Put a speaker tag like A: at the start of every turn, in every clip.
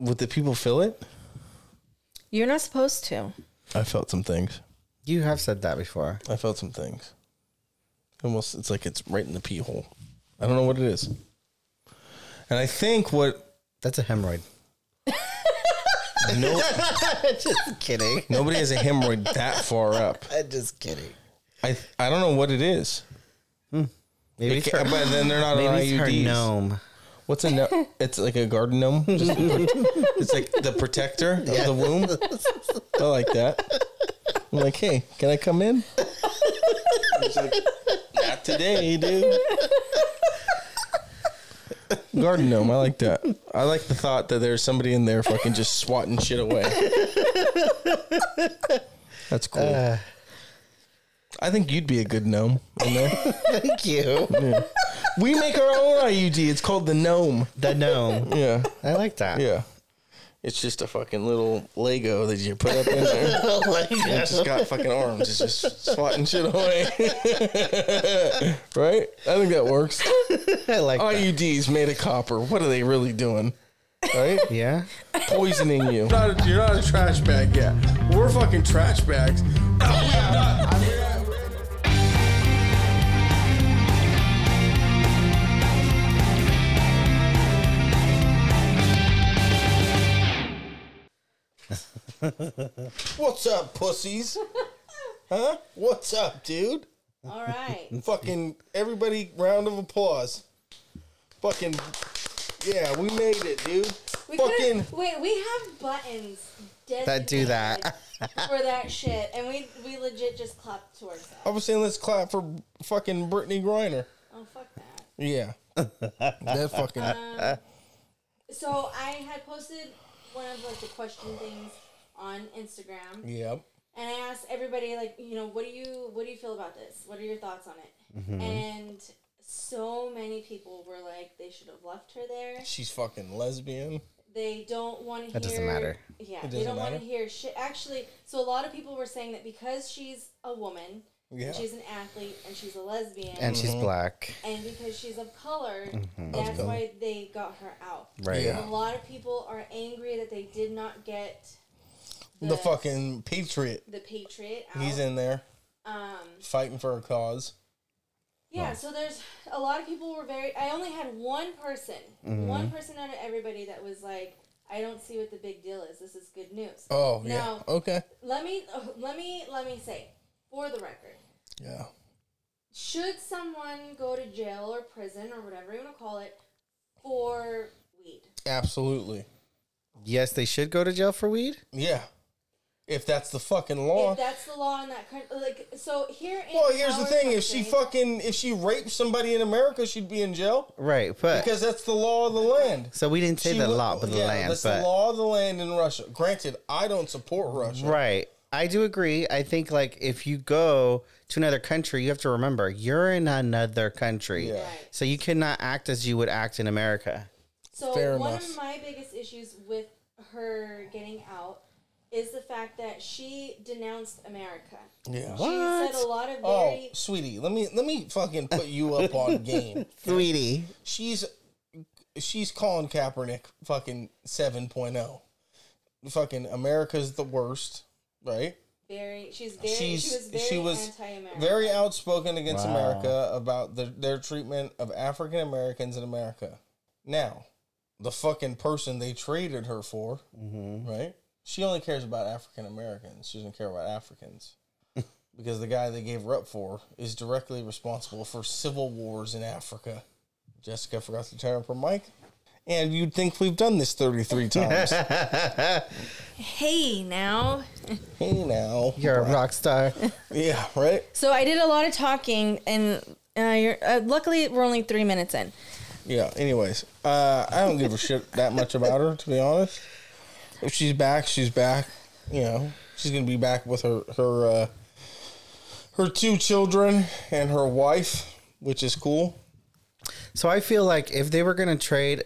A: Would the people feel it?
B: You're not supposed to.
A: I felt some things.
C: You have said that before.
A: I felt some things. Almost, it's like it's right in the pee hole. I don't know what it is. And I think what
C: That's a hemorrhoid.
A: no,
C: just kidding.
A: nobody has a hemorrhoid that far up.
C: I'm just kidding.
A: I I don't know what it is.
C: Maybe
A: It
C: it's
A: ca-
C: her,
A: but then they're not on
C: maybe it's her
A: IUDs.
C: gnome.
A: What's a no? It's like a garden gnome. Just- it's like the protector of the womb. I like that. I'm like, hey, can I come in? He's like, not today, dude. Garden gnome. I like that. I like the thought that there's somebody in there fucking just swatting shit away. That's cool.
C: Uh,
A: I think you'd be a good gnome in there.
C: thank you.
A: we make our own IUD. It's called the gnome.
C: The gnome.
A: Yeah.
C: I like that.
A: Yeah. It's just a fucking little Lego that you put up in there.
C: Oh my God.
A: it's just got fucking arms. It's just swatting shit away. right? I think that works.
C: I like
A: Oh,
C: that.
A: IUDs made of copper. What are they really doing? Right?
C: Yeah.
A: Poisoning you. you're not a trash bag yet. We're fucking trash bags. What's up, pussies? Huh? What's up, dude?
B: All right.
A: Fucking everybody, round of applause. Fucking, yeah, we made it, dude.
B: We
A: Fucking.
B: could've- wait, we have buttons
C: That do that.
B: designated for that shit, and we we legit just clapped to ourselves.
A: I was saying let's clap for fucking Brittany Griner.
B: Oh fuck that.
A: Yeah. that fucking.
B: So I had posted one of like the question things on Instagram,
A: yeah.
B: and I asked everybody like, you know, what do you what do you feel about this? What are your thoughts on it?
C: Mm-hmm.
B: And so many people were like, they should have left her there.
A: She's fucking lesbian.
B: they don't want to hear.
C: That doesn't matter.
B: Yeah,
A: doesn't
B: they don't want to
A: matter?
B: hear shit. Actually, so a lot of people were saying that because she's a woman,
A: Yeah.
B: she's an athlete, and she's a lesbian,
C: And
B: and,
A: Mm-hmm.
C: she's black.
B: because she's of color, that's why they got her out.
C: Right.
A: Yeah.
B: A lot of people are angry that they did not get
A: The, fucking patriot.
B: the patriot out.
A: He's in there
B: Um,
A: fighting for a cause.
B: Yeah, so there's a lot of people were very. I only had one person,
A: Mm-hmm.
B: one person out of everybody that was like, "I don't see what the big deal is. This is good news."
A: Oh yeah.
B: Now,
A: Okay.
B: let me oh, let me let me say, for the record,
A: Yeah.
B: should someone go to jail or prison or whatever you want to call it for weed?
A: Absolutely.
C: Yes, they should go to jail for weed.
A: Yeah. If that's the fucking law.
B: If that's the law in that country, like so here. In
A: well, here's the
B: our
A: thing: if she
B: country-
A: fucking if she raped somebody in America, she'd be in jail
C: Right, but
A: because that's the law of the land.
C: so we didn't say
A: She
C: the
A: would-
C: law, but the
A: yeah,
C: land.
A: That's
C: But
A: the law of the land in Russia. Granted, I don't support Russia.
C: right, I do agree. I think like if you go to another country, you have to remember you're in another country,
A: Yeah.
B: Right.
C: so you cannot act as you would act in America.
B: So
A: Fair
B: one
A: enough.
B: of my biggest issues with her getting out is the fact that she denounced America.
A: Yeah.
B: She said a lot of
A: Oh,
B: very
A: sweetie, let me let me fucking put you up on game.
C: Sweetie,
A: She's she's calling Kaepernick fucking 7.0. Fucking America's the worst, right?
B: very she's very
A: She's-
B: she was very
A: she was
B: anti-American.
A: Very outspoken against America about the, their treatment of African Americans in America. Now, the fucking person they traded her for, right? She only cares about African Americans. She doesn't care about Africans. because the guy they gave her up for is directly responsible for civil wars in Africa. Jessica forgot to turn up her mic. And you'd think we've done this 33 times.
B: hey now.
A: hey, now.
C: you're a rock star.
A: Yeah, right?
B: So I did a lot of talking and uh, you're, uh, luckily we're only 3 minutes in.
A: Yeah. Anyways, uh, I don't give a shit that much about her, to be honest. If she's back, she's back. You know, she's gonna be back with her her uh, her two children and her wife, which is cool.
C: So I feel like if they were going to trade,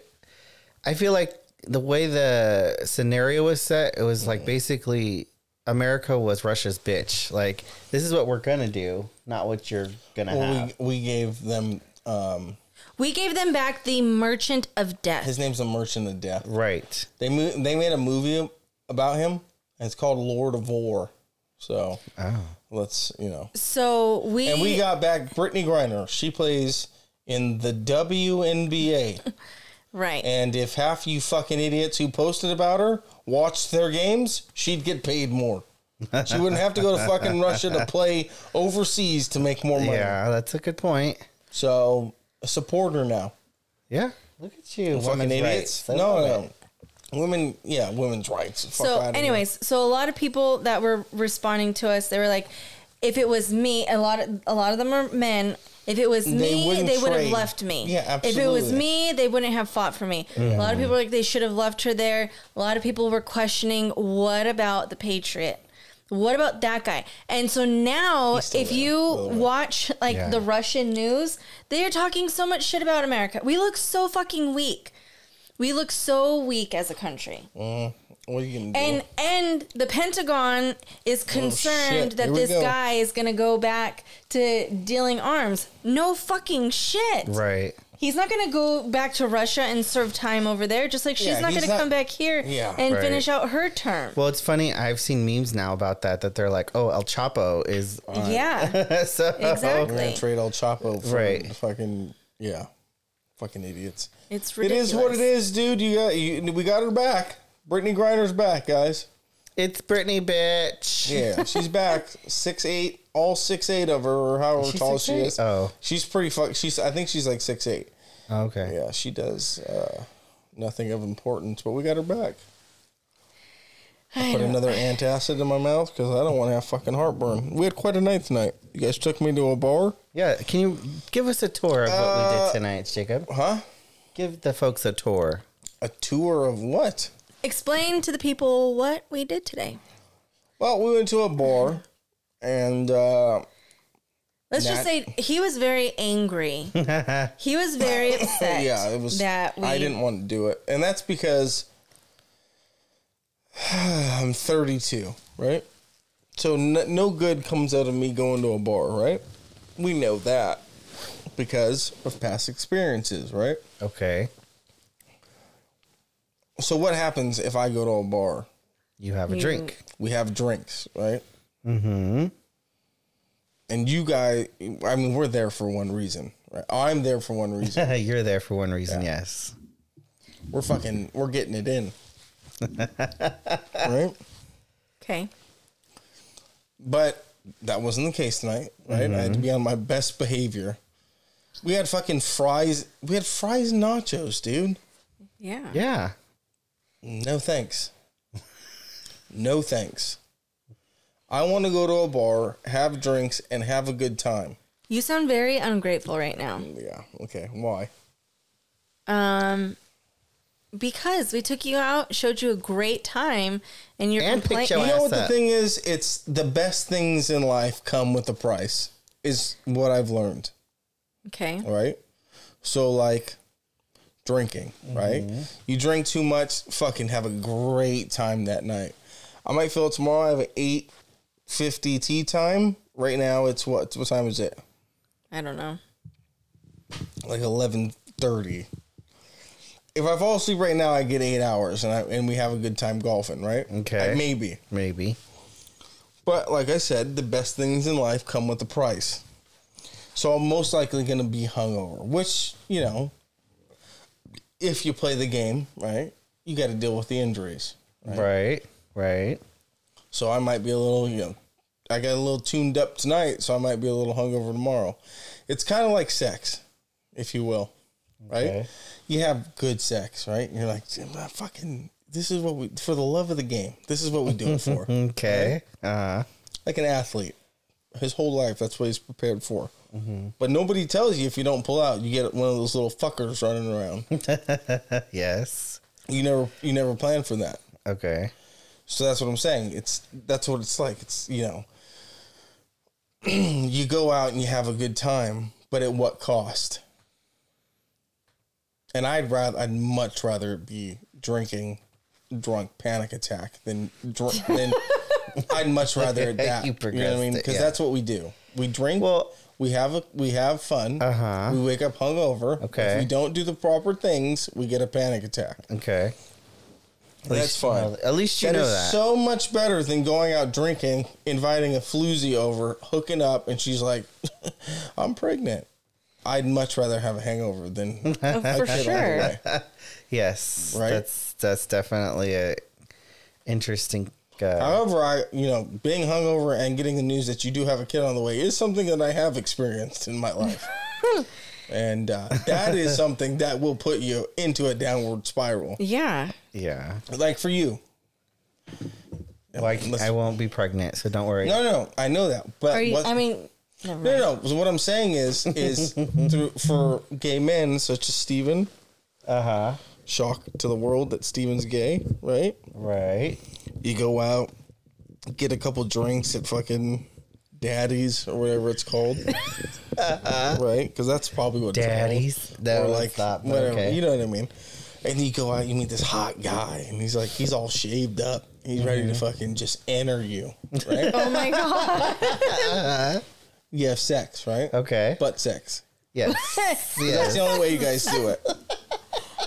C: I feel like the way the scenario was set, it was like basically America was Russia's bitch. Like Uh-huh. this is what we're going to do, not what you're going to have.
A: We we gave them um,
B: We gave them back the Merchant of Death.
A: His name's a merchant of death.
C: Right.
A: They mo- they made a movie about him, and it's called Lord of War. So let's you know.
B: so we,
A: And we got back Brittany Griner. She plays in the WNBA.
B: right.
A: and if half you fucking idiots who posted about her watched their games, she'd get paid more. She wouldn't have to go to fucking Russia to play overseas to make more money.
C: Yeah, that's a good point.
A: So support her now.
C: Yeah. Look at you,
A: fucking
C: women's
A: idiots.
C: rights. I
A: No,
C: love
A: no,
C: it.
A: no. Women, yeah, women's rights. Fuck
B: so
A: outta here.
B: anyways so a lot of people that were responding to us they were like if it was me a lot of a lot of them are men if it was me
A: wouldn't
B: they would have
A: trade.
B: left me
A: Yeah,
B: if it was
A: absolutely.
B: me they wouldn't have fought for me a lot of people were like they should have left her there a lot of people were questioning what about the patriot what about that guy? And so now,
A: still
B: if
A: there,
B: you
A: by the way.
B: watch like
C: Yeah.
B: the Russian news, they are talking so much shit about America. We look so fucking weak. We look so weak as a country.
A: Oh. Mm-hmm. what are you gonna do?
B: And and the Pentagon is concerned
A: Oh, shit.
B: that
A: Here we
B: this
A: go.
B: guy is going to go back to dealing arms. No fucking shit.
C: Right.
B: He's not going to go back to Russia and serve time over there just like she's
A: Yeah,
B: not
A: he's
B: going to
A: not-
B: come back here
A: Yeah.
B: and
C: Right.
B: finish out her term.
C: Well, it's funny. I've seen memes now about that. That they're like, "Oh, El Chapo is."
B: yeah.
C: so,
A: We're gonna
B: Exactly.
A: trade El Chapo for
C: Right.
A: fucking yeah, fucking idiots.
B: It's
A: It
B: ridiculous.
A: is what it is, dude. You got you, we got her back. Brittany Griner's back, guys.
C: It's Britney, bitch.
A: Yeah, she's back. Six eight, all six eight of her, or however
C: She's
A: tall
C: 6'8"?
A: she is.
C: Oh.
A: she's pretty fuck. She's I think she's like six eight.
C: Okay.
A: Yeah, she does uh, nothing of importance, but we got her back. I put another antacid in my mouth because I don't want to have fucking heartburn. We had quite a night tonight. You guys took me to a bar,
C: Yeah. Can you give us a tour of what we
A: Uh,
C: did tonight, Jacob?
A: huh?
C: Give the folks a tour.
A: A tour of what?
B: Explain to the people what we did today.
A: Well, we went to a bar, and uh,
B: Let's just say he was very angry. he was very upset.
A: yeah, it was.
B: that we
A: I didn't want to do it, and that's because I'm 32, right? So n- no good comes out of me going to a bar, right? We know that because of past experiences, right?
C: Okay.
A: So what happens if I go to a bar?
C: You have a drink.
A: we have drinks, right? Mm-hmm. And you guys, I mean, we're there for one reason. Right? I'm there for one reason.
C: You're there for one reason. Yes.
A: We're fucking, we're getting it in, right?
B: Okay.
A: But that wasn't the case tonight, right? I had to be on my best behavior. We had fucking fries. We had fries and nachos, dude.
B: Yeah.
C: Yeah.
A: No thanks. no thanks. I want to go to a bar, have drinks, and have a good time.
B: You sound very ungrateful right now.
A: Yeah. Okay. Why?
B: Um, because we took you out, showed you a great time, and you're
C: And
B: complaining.
C: picked you
A: You know
C: Ass
A: what the
C: up.
A: thing is? It's the best things in life come with a price, is what I've learned.
B: Okay.
A: All right. So, like drinking, right? You drink too much, fucking have a great time that night. I might feel tomorrow I have an 850 tea time. Right now it's what what time is it?
B: I don't know.
A: Like eleven thirty. If I fall asleep right now, I get eight hours and I and we have a good time golfing, right?
C: Okay.
A: Like, maybe.
C: Maybe.
A: But like I said, the best things in life come with a price. So I'm most likely going to be hungover, which, you know, if you play the game, right, you got to deal with the injuries.
C: Right. Right.
A: So I might be a little, you know, I got a little tuned up tonight, so I might be a little hungover tomorrow. It's kind of like sex, if you will, right?
C: Okay.
A: You have good sex, right? And you're like, "Damn, I fucking, this is what we, for the love of the game, this is what we do it for.
C: Okay. Uh.
A: like an athlete. His whole life, that's what he's prepared for. But nobody tells you if you don't pull out, you get one of those little fuckers running around.
C: Yes.
A: you never, you never plan for that.
C: Okay.
A: So that's what I'm saying. It's that's what it's like. It's you know, you go out and you have a good time, but at what cost? And I'd rather, I'd much rather be drinking, drunk panic attack than drunk. than I'd much rather it that.
C: You
A: You, know what I mean?
C: progressed it,
A: Because
C: yeah.
A: that's what we do. we drink.
C: Well-
A: we have a, we have fun.
C: Uh-huh.
A: We wake up hungover.
C: Okay.
A: If we don't do the proper things, we get a panic attack.
C: Okay.
A: That's fine.
C: At least you
A: That
C: know
A: is
C: that.
A: so much better than going out drinking, inviting a floozy over, hooking up, and she's like, "I'm pregnant." I'd much rather have a hangover than
D: Oh, for sure.
C: yes.
A: Right?
C: That's that's definitely a interesting uh,
A: However, I you know being hungover and getting the news that you do have a kid on the way is something that I have experienced in my life, and uh, that is something that will put you into a downward spiral.
D: Yeah.
C: yeah.
A: Like for you,
C: Like I won't be pregnant, so don't worry.
A: no, no, no, I know that, but
D: Are you,
A: what's-
D: I mean, never
A: No,
D: mind.
A: no, no. So what I'm saying is, is through, for gay men such as Steven,
C: Uh-huh.
A: shock to the world that Steven's gay, right?
C: Right.
A: You go out, get a couple drinks at fucking Daddy's or whatever it's called, right? Because that's probably what
C: Daddies.
A: it's
C: Uh-huh. That
A: called. or
C: was
A: like
C: not but
A: whatever.
C: okay.
A: You know what I mean? And you go out, you meet this hot guy, and he's like, he's all shaved up, he's ready to
C: Mm-hmm.
A: fucking just enter you, right?
D: Oh my god.
A: you have sex, right?
C: okay.
A: Butt sex.
C: yes.
A: That's
C: yes.
A: the only way you guys do it.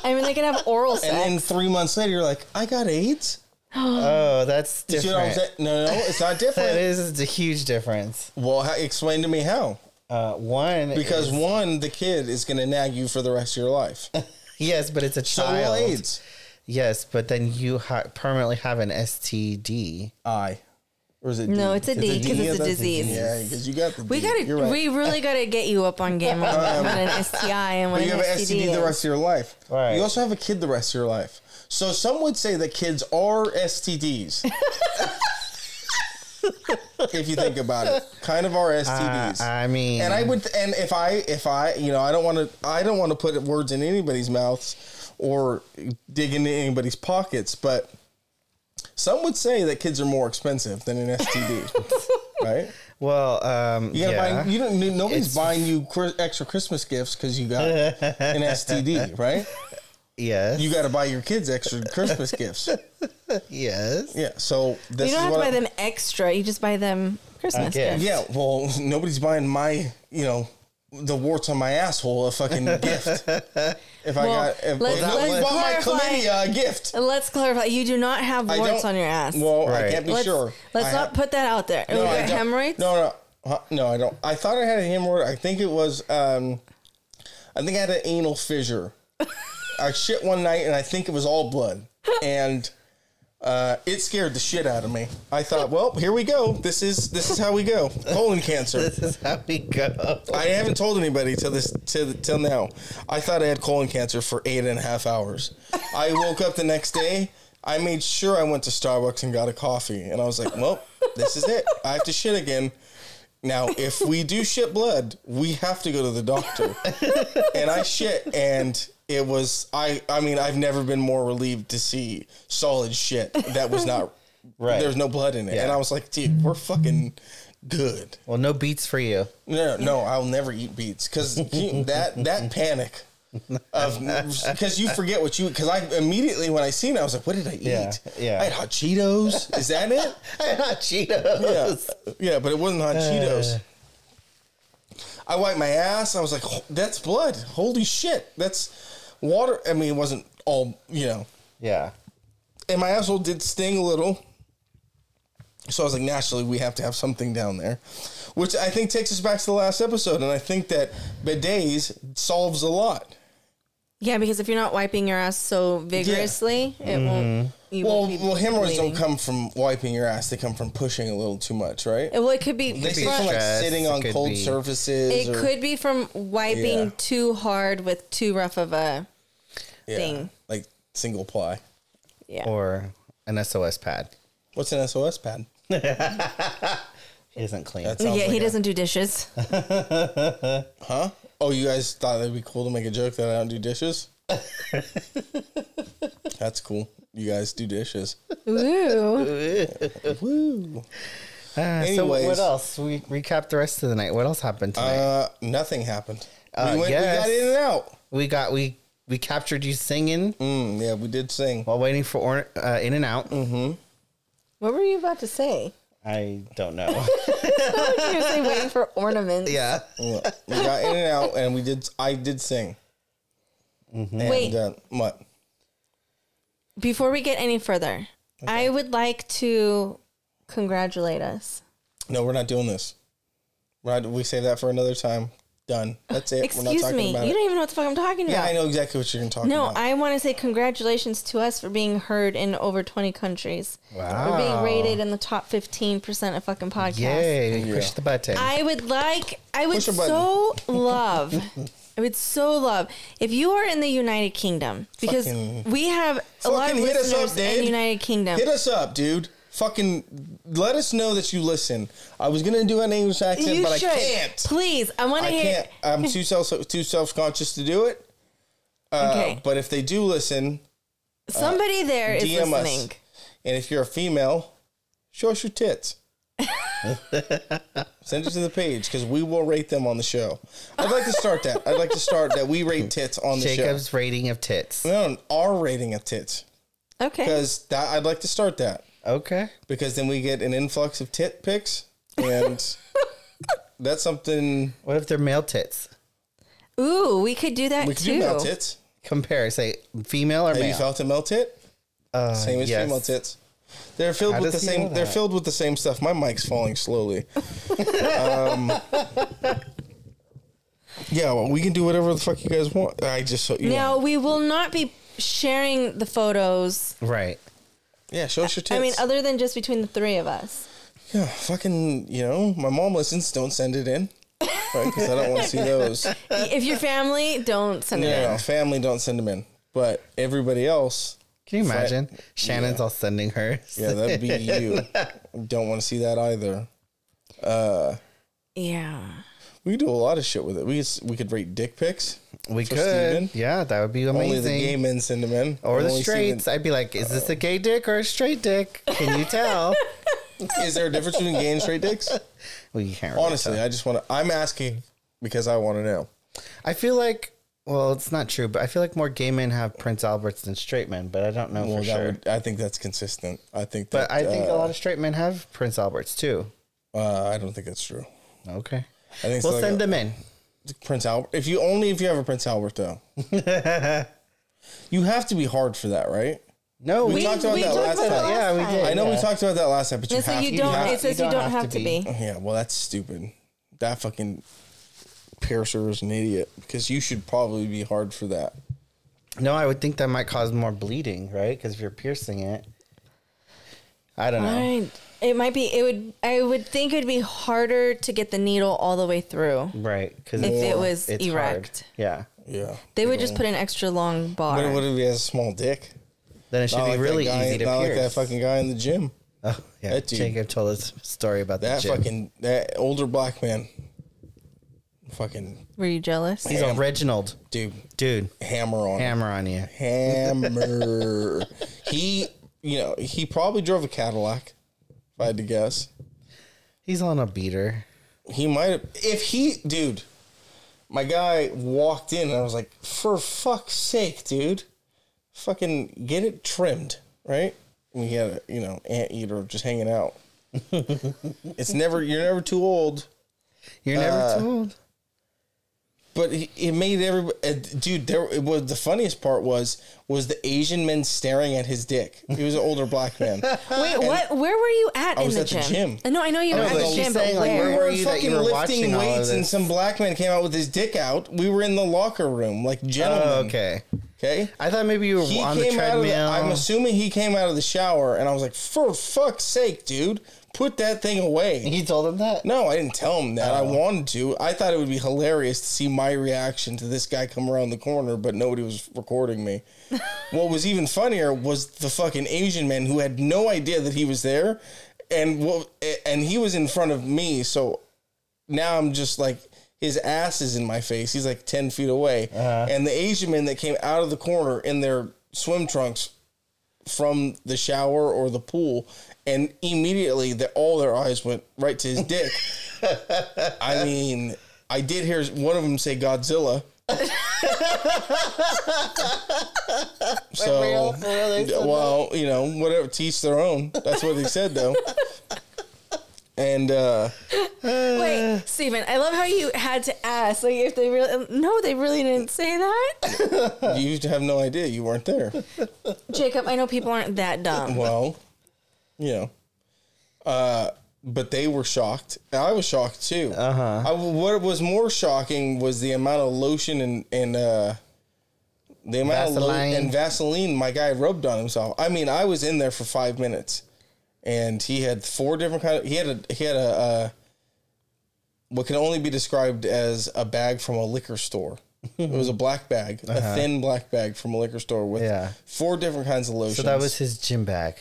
D: I mean, they can have oral
A: And
D: sex.
A: then three months later, you're like, I got AIDS.
C: Oh, that's
A: You see what I'm
C: different.
A: saying? No, no, it's not
C: That
A: different.
C: is a huge difference.
A: well, how, explain to me how.
C: Uh, one
A: Because
C: is-
A: one, the kid is going to nag you for the rest of your life.
C: yes, but it's a
A: So will
C: child.
A: AIDS.
C: Yes, but then you ha- permanently have an STD.
A: I. Or is it?
D: No, it's a D, 'cause it's
A: Yeah,
D: a
A: that's
D: disease.
A: Yeah, because you got the.
D: we
A: D.
D: gotta,
A: You're right.
D: we really gotta get you up on game on what an STI and what
A: But you
D: an
A: have an
D: STD.
A: STD the rest of your life.
C: Right.
A: You also have a kid the rest of your life. So some would say that kids are STDs. if you think about it, kind of are
C: Uh,
A: STDs.
C: I mean,
A: and I would, and if I, if I, you know, I don't want to, I don't want to put words in anybody's mouths or dig into anybody's pockets, but some would say that kids are more expensive than an STD, right?
C: well, um,
A: You gotta
C: yeah,
A: buy, you don't, nobody's
C: It's-
A: buying you cri- extra Christmas gifts because you got an STD, right?
C: yes,
A: You got to buy your kids extra Christmas gifts.
C: yes.
A: Yeah, so this
D: You
A: is
D: don't have to
A: what
D: buy
A: I-
D: them extra. You just buy them Christmas
C: Okay.
D: gifts.
A: Yeah, well, nobody's buying my, you know, the warts on my asshole a fucking gift. If I
D: Well,
A: got, if,
D: let's-
A: if nobody
D: let's
A: bought my
D: clarify.
A: chlamydia a gift,
D: And let's clarify. You do not have
A: I
D: warts
A: don't-
D: on your ass.
A: Well, I
C: Right.
A: can't be
D: let's,
A: sure.
D: Let's
A: I
D: not
A: ha-
D: put that out there. No,
A: I don't-
D: hemorrhoids.
A: No, no, Huh? no, I don't. I thought I had a hemorrhoid. I think it was, um, I think I had an anal fissure. I shit one night, and I think it was all blood, and. Uh, it scared the shit out of me. I thought, well, here we go. This is this is how we go. Colon cancer.
C: This is how we go.
A: I haven't told anybody till this till, till now. I thought I had colon cancer for eight and a half hours. I woke up the next day. I made sure I went to Starbucks and got a coffee, and I was like, "Well, this is it. I have to shit again." Now, if we do shit blood, we have to go to the doctor. and I shit, and it was I. I mean, I've never been more relieved to see solid shit that was not
C: Right.
A: There's no blood in it, and I was like, "Dude, we're fucking good."
C: Well, no beats for you.
A: No, no, no, I'll never eat beets because that that panic of because you forget what you because I immediately when I seen it I was like, what did I eat?
C: Yeah, yeah.
A: I had hot Cheetos. Is that it?
C: Hot Cheetos.
A: yeah, yeah, but it wasn't hot Cheetos. I wiped my ass. I was like, "Ho- that's blood. Holy shit, that's water. I mean, it wasn't all you know,
C: Yeah.
A: and my asshole did sting a little. So I was like, naturally, we have to have something down there, which I think takes us back to the last episode. And I think that bidets solves a lot.
D: Yeah, because if you're not wiping your ass so vigorously, it won't. You
A: Mm-hmm. Well,
D: won't be
A: well, hemorrhoids
D: bleeding.
A: don't come from wiping your ass; they come from pushing a little too much, right?
D: It- Well, it could be.
A: They
D: from-
A: say from like
C: stress,
A: sitting
C: it
A: on
C: could
A: cold
C: be-
A: surfaces.
D: it
A: or-
D: could be from wiping
A: Yeah.
D: too hard with too rough of a
A: yeah,
D: thing.
A: like single ply.
D: yeah.
C: Or an SOS pad.
A: What's an SOS pad?
C: It isn't clean.
A: That sounds
D: yeah,
A: like
D: he
A: a-
D: doesn't do dishes.
A: Huh? Oh, you guys thought it'd be cool to make a joke that I don't do dishes? That's cool. You guys do dishes.
D: Ooh.
A: Woo.
C: Uh, so
A: anyways.
C: what else? We recap the rest of the night. What else happened tonight?
A: Uh, nothing happened.
C: Uh,
A: we, went,
C: yes.
A: we got in and out.
C: we got we we captured you singing
A: Mm, yeah, we did sing. Mm.
C: while waiting for or- uh, In and Out.
D: What were you about to say?
C: I don't know.
D: Seriously, waiting for ornaments.
C: yeah.
A: Look, we got in and out, and we did. I did sing.
C: Mm-hmm.
A: And,
D: Wait.
A: uh, what?
D: Before we get any further, I would like to congratulate us.
A: No, we're not doing this. Right? We save that for another time. Done. That's it. we're not
D: Excuse
A: talking
D: me, you
A: about
D: don't
A: it.
D: even know what the fuck I'm talking
A: Yeah,
D: about.
A: I know exactly what you're talking
D: No,
A: about.
D: I want to say congratulations to us for being heard in over 20 countries. We're being
C: Wow.
D: rated in the top 15% of fucking podcasts.
C: Yay.
A: Yeah.
C: Push the button.
D: I would like, I would
A: Push a button.
D: so love, I would so love if you are in the United Kingdom because
A: Fucking-
D: we have a lot of
A: Fucking hit us up,
D: listeners in
A: dude.
D: the United Kingdom.
A: Hit us up, dude. Fucking let us know that you listen. I was gonna do an English accent,
D: you
A: but
D: should.
A: I can't.
D: Please, I want
A: I
D: to hear.
A: can't. I'm too self too self conscious to do it. Uh,
D: Okay.
A: But if they do listen,
D: Somebody there is
A: DM us.
D: listening.
A: and if you're a female, show us your tits. Send it to the page because we will rate them on the show. I'd like to start that. I'd like to start that we rate tits on the
C: Jacob's rating of tits.
A: show. No, our rating of tits
D: Okay.
A: because that I'd like to start that.
C: Okay.
A: because then we get an influx of tit pics, and that's something
C: What if they're male tits?
D: Ooh, we could do that
A: we can
D: too.
A: do male tits.
C: Compare, say female or
A: Have you
C: male.
A: felt a male tit?
C: Uh,
A: Same as
C: yes.
A: female tits. They're filled
C: How
A: with the
C: does he know
A: same. They're
C: that?
A: filled with the same stuff. My mic's falling slowly. um, yeah, well, we can do whatever the fuck you guys want. I just so you
D: Now
A: know.
D: we will not be sharing the photos.
C: Right.
A: Yeah, show us your tits.
D: I mean, uh, other than just between the three of us.
A: yeah, fucking. You know, my mom listens. Don't send it in. Because I don't want to see those.
D: if your family, don't send it.
A: Yeah, family don't send them in. But everybody else,
C: Can you imagine? Shannon's all sending hers.
A: Yeah, that'd be you. Don't want to see that either.
D: Yeah.
A: We could do a lot of shit with it. We could, s- we could rate dick pics.
C: We
A: For
C: could.
A: Steven?
C: Yeah, that would be amazing.
A: Only the gay men send them in.
C: or the
A: Only Oh.
C: straights. I'd be like, is this a gay dick or a straight dick? Can you tell?
A: Steven- Is there a difference between gay and straight dicks?
C: well, you can't. Really
A: Honestly, I just want to. I'm asking because I want to know.
C: I feel like, well, it's not true, but I feel like more gay men have Prince Alberts than straight men, but I don't know
A: Well,
C: for
A: that
C: sure.
A: would, I think that's consistent. I think that.
C: but I think
A: uh,
C: a lot of straight men have Prince Alberts too.
A: uh, I don't think that's true.
C: Okay.
A: I think
C: We'll send them in.
A: Prince Albert. If you only if you have a Prince Albert though. you have to be hard for that, right?
C: No,
A: We talked about
D: we
A: that
D: talked
A: last
D: about
A: time.
D: that last
C: Yeah, we
D: time.
C: did.
A: I know we
C: yeah.
A: talked about that last time, but you
D: And so
A: have
D: you
A: to-
D: don't.
C: have-
D: it says you don't, have, to be.
A: Yeah, well, that's stupid. That fucking piercer is an idiot because you should probably be hard for that.
C: No, I would think that might cause more bleeding, right? Because if you're piercing it, I don't know.
D: Alright. It might be. It would. I would think it would be harder to get the needle all the way through.
C: Right? Because
D: If it was erect.
C: Yeah.
A: Yeah.
D: They would just put an extra long bar.
A: But what if he has a small dick?
C: Then it should
A: Not
C: be
A: like that
C: really
A: guy-
C: easy to
A: Not
C: pierce.
A: like that fucking guy in the gym.
C: oh, yeah.
A: that dude.
C: Jacob told us a story about
A: That
C: the gym.
A: fucking that older black man. Fucking
D: Were you jealous?
C: He's a Reginald,
A: dude,
C: dude.
A: hammer on. him.
C: Hammer on you.
A: Hammer. he, you know, he probably drove a Cadillac. If I had to guess,
C: He's on a beater.
A: he might have. If he, dude, my guy walked in and I was like, for fuck's sake, dude, fucking get it trimmed, right? And he had a, you know, anteater just hanging out. it's never, you're never too old.
C: You're never told.
A: But he- it made everybody, uh, dude. There it was the funniest part was was the Asian men staring at his dick. He was an older black man.
D: Wait, what? Where were you at in
A: was
D: the
A: at the
D: gym?
A: gym.
D: Uh, No, I know you were
C: was
D: at the
C: like,
D: gym,
C: she's
D: but
C: saying, like,
D: where?
C: where
A: We were
C: you that
A: fucking
C: you were
A: lifting
C: watching all of
A: weights, and
C: this?
A: some black man came out with his dick out. We were in the locker room, like gentlemen.
C: Oh, okay.
A: okay.
C: I thought maybe you were
A: He
C: on the
A: came out of the,
C: treadmill.
A: I'm assuming he came out of the shower, and I was like, "For fuck's sake, dude, put that thing away."
C: you told him that?
A: No, I didn't tell him that. I wanted to. I thought it would be hilarious to see my reaction to this guy come around the corner, but nobody was recording me. what was even funnier was the fucking Asian man who had no idea that he was there, and what, and he was in front of me, so now I'm just like his ass is in my face. He's like ten feet away, and the Asian men that came out of the corner in their swim trunks from the shower or the pool, and immediately that all their eyes went right to his dick. I mean, I did hear one of them say Godzilla. Oh, so, well, you know, whatever. Teach their own. That's what they said, though. And uh,
D: Wait, Steven, I love how you had to ask. Like, if they really, no, they really didn't say that.
A: you used to have no idea you weren't there.
D: Jacob, I know people aren't that dumb.
A: Well, you know, uh, but they were shocked. I was shocked too. Uh
C: Uh-huh.
A: huh. What was more shocking was the amount of lotion and and uh, the amount of
C: Vaseline.
A: lo- and Vaseline my guy rubbed on himself. I mean, I was in there for five minutes, and he had four different kind of. He had a he had a uh, what can only be described as a bag from a liquor store. it was a black bag, a thin black bag from a liquor store with
C: Uh-huh. Yeah.
A: four different kinds of lotions.
C: So that was his gym bag.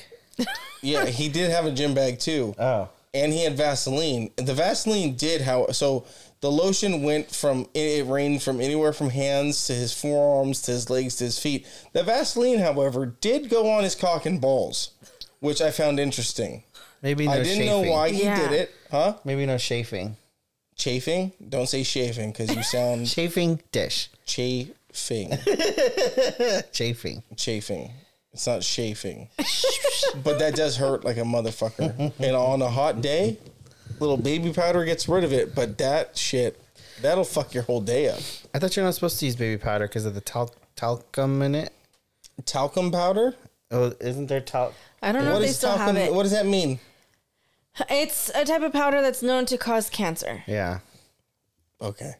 A: Yeah, he did have a gym bag too. Uh,
C: Oh.
A: And he had Vaseline. The Vaseline did how so the lotion went from it it rained from anywhere from hands to his forearms to his legs to his feet. The Vaseline, however, did go on his cock and balls, which I found interesting.
C: Maybe no
A: I didn't
C: chafing.
A: know why he
D: Yeah.
A: did it, huh?
C: Maybe no chafing.
A: Chafing? Don't say chafing because you sound
C: Chafing dish.
A: chafing,
C: Chafing.
A: chafing. It's not chafing, but that does hurt like a motherfucker. And on a hot day, little baby powder gets rid of it, but that shit, that'll fuck your whole day up.
C: I thought you're not supposed to use baby powder because of the tal- talcum in it.
A: Talcum powder?
C: Oh, isn't there talc?
D: I don't know
A: What
D: if they
A: is
D: still have it.
A: What does that mean?
D: It's a type of powder that's known to cause cancer.
C: Yeah.
A: Okay.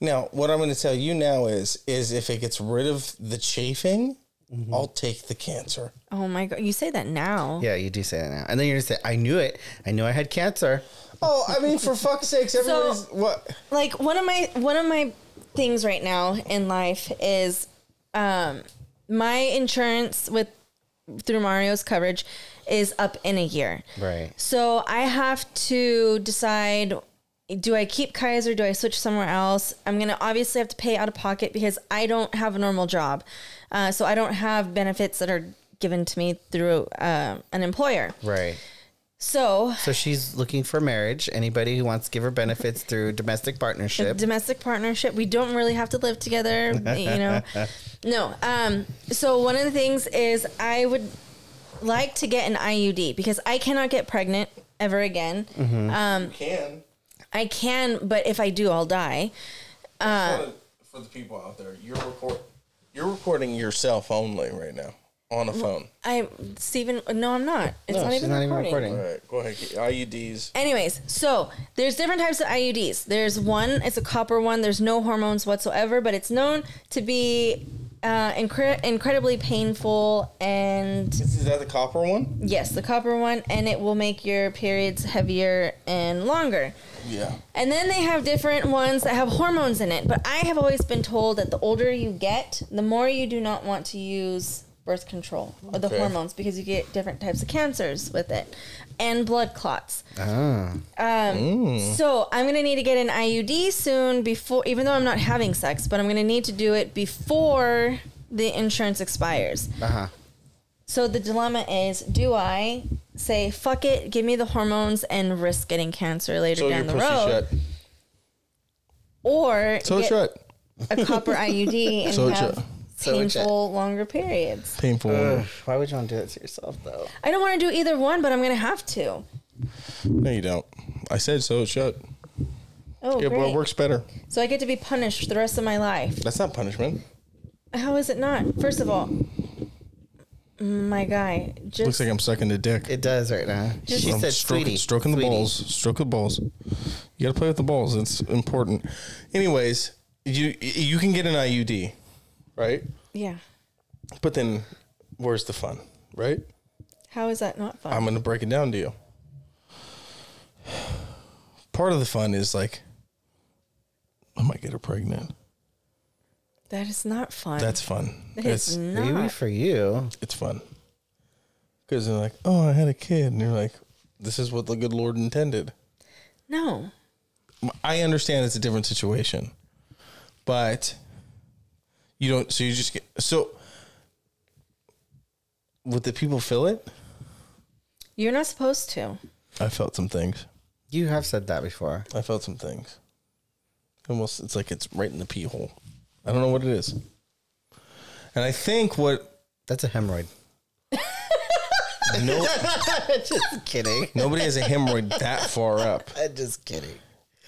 A: Now, what I'm going to tell you now is, is if it gets rid of the chafing, I'll take the cancer.
D: Oh my god, you say that now.
C: Yeah, you do say that now. And then you're just say, I knew it. I knew I had cancer.
A: Oh, I mean, for fuck's sakes, everybody's what?
D: Like one of my one of my things right now in life is um my insurance with through Mario's coverage is up in a year.
C: Right.
D: So I have to decide do I keep Kaiser? Do I switch somewhere else? I'm going to obviously have to pay out of pocket because I don't have a normal job. Uh, so I don't have benefits that are given to me through uh, an employer.
C: Right.
D: So
C: So she's looking for marriage. Anybody who wants to give her benefits through domestic partnership.
D: domestic partnership. We don't really have to live together, you know. No. Um so one of the things is I would like to get an IUD because I cannot get pregnant ever again.
C: Mm-hmm.
A: You can.
D: I can, but if I do, I'll die.
A: for, for the people out there, you're record, you're recording yourself only right now on a phone.
D: I Stephen, no, I'm not. It's not,
C: she's
D: even,
C: not
D: recording.
C: even recording.
A: All right, go ahead. IUDs.
D: Anyways, so there's different types of IUDs. There's one, it's a copper one. There's no hormones whatsoever, but it's known to be uh, incre- incredibly painful and
A: Is that the copper one?
D: Yes, the copper one, and it will make your periods heavier and longer.
A: Yeah.
D: And then they have different ones that have hormones in it. But I have always been told that the older you get, the more you do not want to use birth control or the
A: Okay.
D: hormones because you get different types of cancers with it and blood clots. Um,
C: Ah.
D: So I'm gonna need to get an IUD soon before, even though I'm not having sex, but I'm gonna need to do it before the insurance expires.
C: Uh-huh.
D: So the dilemma is: Do I say "fuck it," give me the hormones, and risk getting cancer later
A: So your
D: down the
A: pussy
D: road,
A: shut.
D: or
A: So
D: get
A: shut.
D: a copper IUD and
A: So it's
D: have
A: shut.
C: So it's shut.
D: painful longer periods?
A: Painful.
C: Ugh, why would you want to do that to yourself, though?
D: I don't want to do either one, but I'm gonna have to.
A: no, you don't. I said so it's shut.
D: Oh,
A: Yeah, but
D: great!
A: it works better.
D: So I get to be punished the rest of my life.
A: That's not punishment.
D: How is it not? First of all, my guy, just
A: Looks like I'm sucking the dick.
C: It does right now. she
A: I'm
C: said,
A: stroking,
C: sweetie.
A: stroking the
C: sweetie."
A: balls. Stroke the balls. You gotta play with the balls. It's important. Anyways, you you can get an IUD, right?
D: yeah.
A: But then, where's the fun, right?
D: How is that not fun?
A: I'm going to break it down to you. Part of the fun is like, I might get her pregnant.
D: that is not fun.
A: That's fun.
D: That
A: it's
D: is not.
C: Maybe for you.
A: it's fun. Because they're like, oh, I had a kid, and you're like, this is what the good Lord intended.
D: No.
A: I understand it's a different situation, but you don't. So you just get so. Would the people feel it?
D: You're not supposed to.
A: I felt some things.
C: You have said that before.
A: I felt some things. Almost, it's like it's right in the pee hole. I don't know what it is. And I think what
C: That's a hemorrhoid.
A: No,
C: just kidding.
A: nobody has a hemorrhoid that far up.
C: I'm just kidding.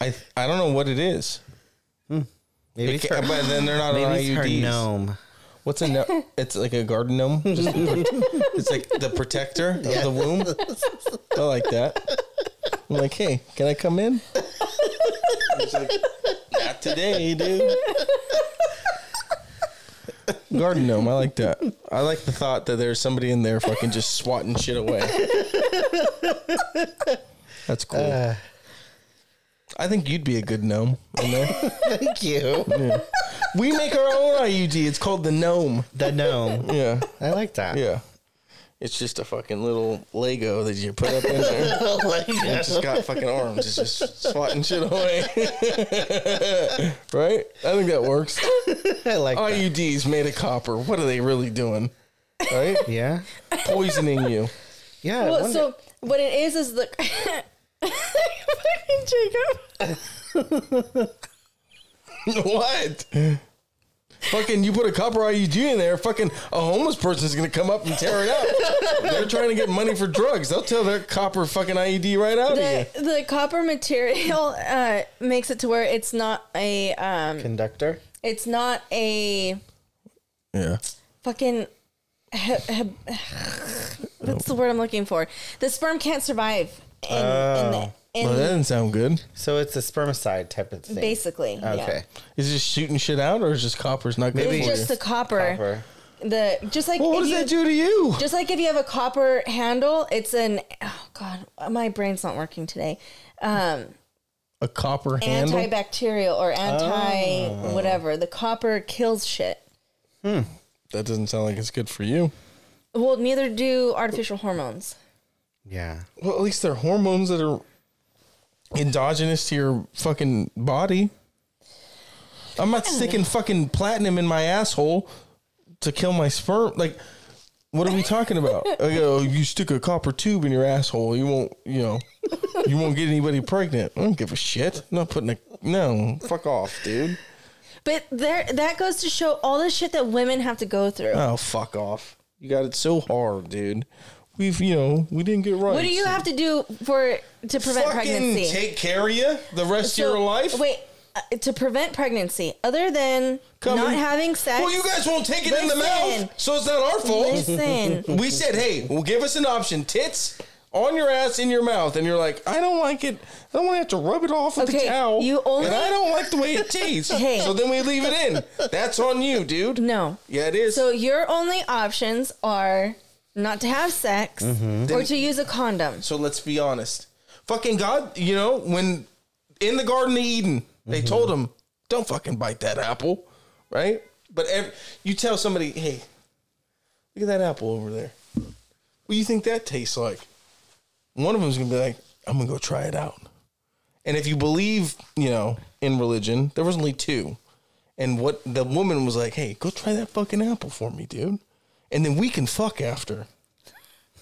A: I I don't know what it is.
C: Maybe
A: It
C: it's
A: ca-
C: her,
A: but then they're not on
C: maybe it's her
A: IUDs.
C: gnome.
A: What's a no- It's like a garden gnome. Just- it's like the protector of the womb. I like that. I'm like, hey, can I come in? It's like, not today, dude. Garden gnome. I like that. I like the thought that there's somebody in there fucking just swatting shit away. That's cool. I think you'd be a good gnome in there.
C: Thank you.
A: we make our own IUD. It's called the gnome.
C: The gnome.
A: Yeah.
C: I like that.
A: Yeah. It's just a fucking little Lego that you put up in there.
C: Oh my God.
A: it's just got fucking arms. It's just swatting shit away. right? I think that works.
C: I like
A: Oh,
C: that.
A: IUDs made of copper. What are they really doing? Right?
C: Yeah.
A: Poisoning you.
C: Yeah. I
D: Well,
C: wonder-
D: so what it is is the fucking Jacob.
A: what? Fucking, you put a copper IUD in there, fucking a homeless person's gonna come up and tear it out. They're trying to get money for drugs. They'll tear that copper fucking IUD right out of you.
D: the, the copper material uh, makes it to where it's not a um,
C: conductor.
D: it's not a
A: Yeah.
D: fucking he- he- what's the word I'm looking for? The sperm can't survive in, in the in
A: Oh. Well, that didn't sound good.
C: So it's a spermicide type of thing.
D: basically.
C: Okay.
A: Is it just shooting shit out, or is just copper's not good
D: Yeah.
A: for
D: It's
A: you?
D: just the copper.
C: Copper.
D: The just like
A: well, what
D: if
A: does
D: you-
A: that do to you?
D: Just like if you have a copper handle, it's an oh god, my brain's not working today. Um,
A: A copper handle.
D: antibacterial or anti
A: Oh.
D: whatever. The copper kills shit.
A: that doesn't sound like it's good for you.
D: Well, neither do artificial hormones.
C: Yeah.
A: Well, at least they're hormones that are endogenous to your fucking body. I'm not sticking fucking platinum in my asshole to kill my sperm. Like, what are we talking about? Like, oh, you stick a copper tube in your asshole, you won't, you know, you won't get anybody pregnant. I don't give a shit. I'm not putting a no. Fuck off, dude.
D: But there, that goes to show all the shit that women have to go through.
A: Oh, fuck off. You got it so hard, dude. We've, you know, we didn't get right.
D: what do you have to do for to prevent
A: Fucking
D: pregnancy?
A: take care of you the rest
D: So,
A: of your life?
D: Wait, uh, to prevent pregnancy, other than
A: Come
D: not
A: on.
D: having sex.
A: Well, you guys won't take it in the
D: Listen.
A: mouth, so it's not our fault.
D: Listen.
A: We said, hey, well, give us an option. Tits on your ass in your mouth. And you're like, I don't like it. I don't want to have to rub it off with
D: Okay,
A: a towel.
D: you only-
A: and I don't like the way it tastes.
D: Hey.
A: So then we leave it in. That's on you, dude.
D: no.
A: Yeah, it is.
D: So your only options are not to have sex
A: Mm-hmm.
D: or to use a condom.
A: So let's be honest. Fucking God, you know, when in the Garden of Eden, they told him, don't fucking bite that apple, right? But ev you tell somebody, hey, look at that apple over there. What do you think that tastes like? One of them's gonna be like, I'm gonna go try it out. And if you believe, you know, in religion, there was only two. And what the woman was like, hey, go try that fucking apple for me, dude. And then we can fuck after.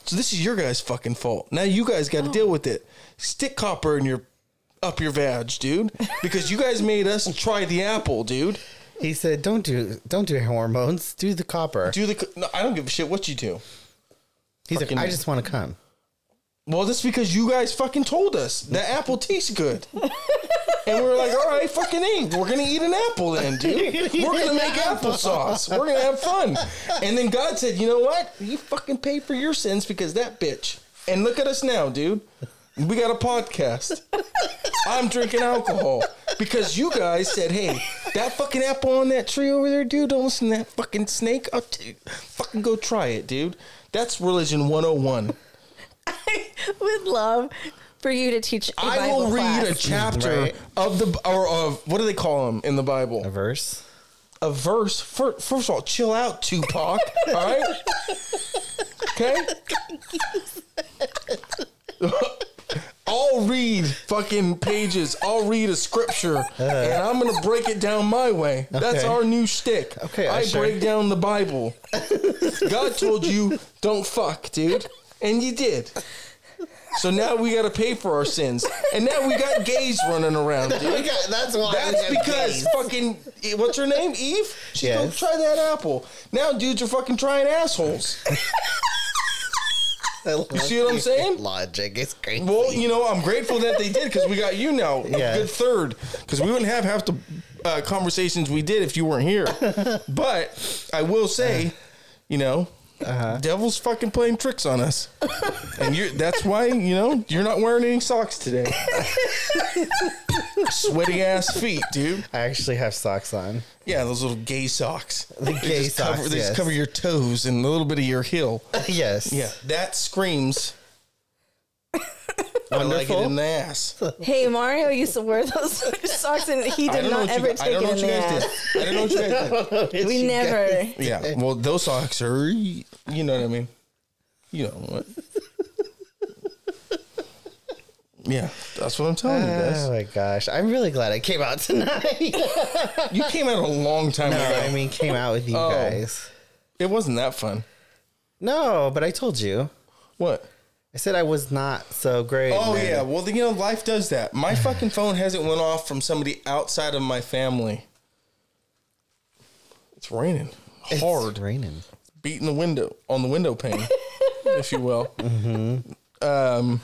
A: So this is your guys' fucking fault. Now you guys got to deal with it. Stick copper in your up your vag, dude, because you guys made us try the apple, dude.
C: He said, "Don't do, don't do hormones. Do the copper."
A: Do the no, I don't give a shit what you do.
C: He's like,
A: fucking-
C: "I just want to come."
A: Well, that's because you guys fucking told us that apple tastes good. And we were like, all right, fucking eat. We're gonna eat an apple then, dude. We're gonna make applesauce. We're gonna have fun. And then God said, you know what? You fucking pay for your sins because that bitch. And look at us now, dude. We got a podcast. I'm drinking alcohol because you guys said, "Hey, that fucking apple on that tree over there, dude. Don't listen to that fucking snake. I'll t- fucking go try it, dude." That's religion 101.
D: I would love for you to teach. a
A: I
D: Bible
A: will read
D: class.
A: a chapter
C: Right.
A: of the or of what do they call them in the Bible?
C: A verse.
A: A verse. Fir- First of all, chill out, Tupac. all right. Okay. I'll read fucking pages. I'll read a scripture, and I'm gonna break it down my way. That's
C: Uh. Okay.
A: our new shtick.
C: Okay,
A: I
C: Usher.
A: break down the Bible. God told you don't fuck, dude, and you did. So now we gotta pay for our sins, and now we got gays running around, dude.
C: that's why.
A: That's because fucking eh, what's her name? Eve. She
C: Yes.
A: go try that apple. Now dudes are fucking trying assholes. You see what I'm saying?
C: Logic is crazy.
A: Well, you know, I'm grateful that they did because we got you now,
C: Yeah.
A: a good third. Because we wouldn't have half the uh, conversations we did if you weren't here. but I will say,
C: Uh-huh.
A: you know, devil's fucking playing tricks on us, and you—that's why you know you're not wearing any socks today. Sweaty ass feet, dude.
C: I actually have socks on.
A: Yeah, those little gay socks. The
C: gay socks,
A: Cover, they
C: yes.
A: just cover your toes and a little bit of your heel.
C: yes.
A: Yeah, that screams. I like it
C: Wonderful.
A: in the ass.
D: Hey, Mario used to wear those socks, and he
A: I
D: did
A: don't know
D: not
A: what
D: ever
A: you, I
D: take
A: don't
D: it
A: know
D: in
A: what you
D: the
A: guys
D: ass.
A: did. I don't know what you guys did.
D: We
C: You guys-
D: never.
A: Yeah. Well, those socks are, you know what I mean? You know what? Yeah, that's what I'm telling you guys.
C: Oh my gosh! I'm really glad I came out tonight.
A: You came out a long time ago.
C: I mean, came out with you guys.
A: It wasn't that fun.
C: No, but I told you.
A: What?
C: I said I was not so great.
A: Oh
C: man.
A: yeah. Well, then, you know, life does that. My fucking phone hasn't went off from somebody outside of my family. It's raining
C: It's
A: hard.
C: raining.
A: beating the window on the window pane, if you will.
C: Mm-hmm.
A: Um,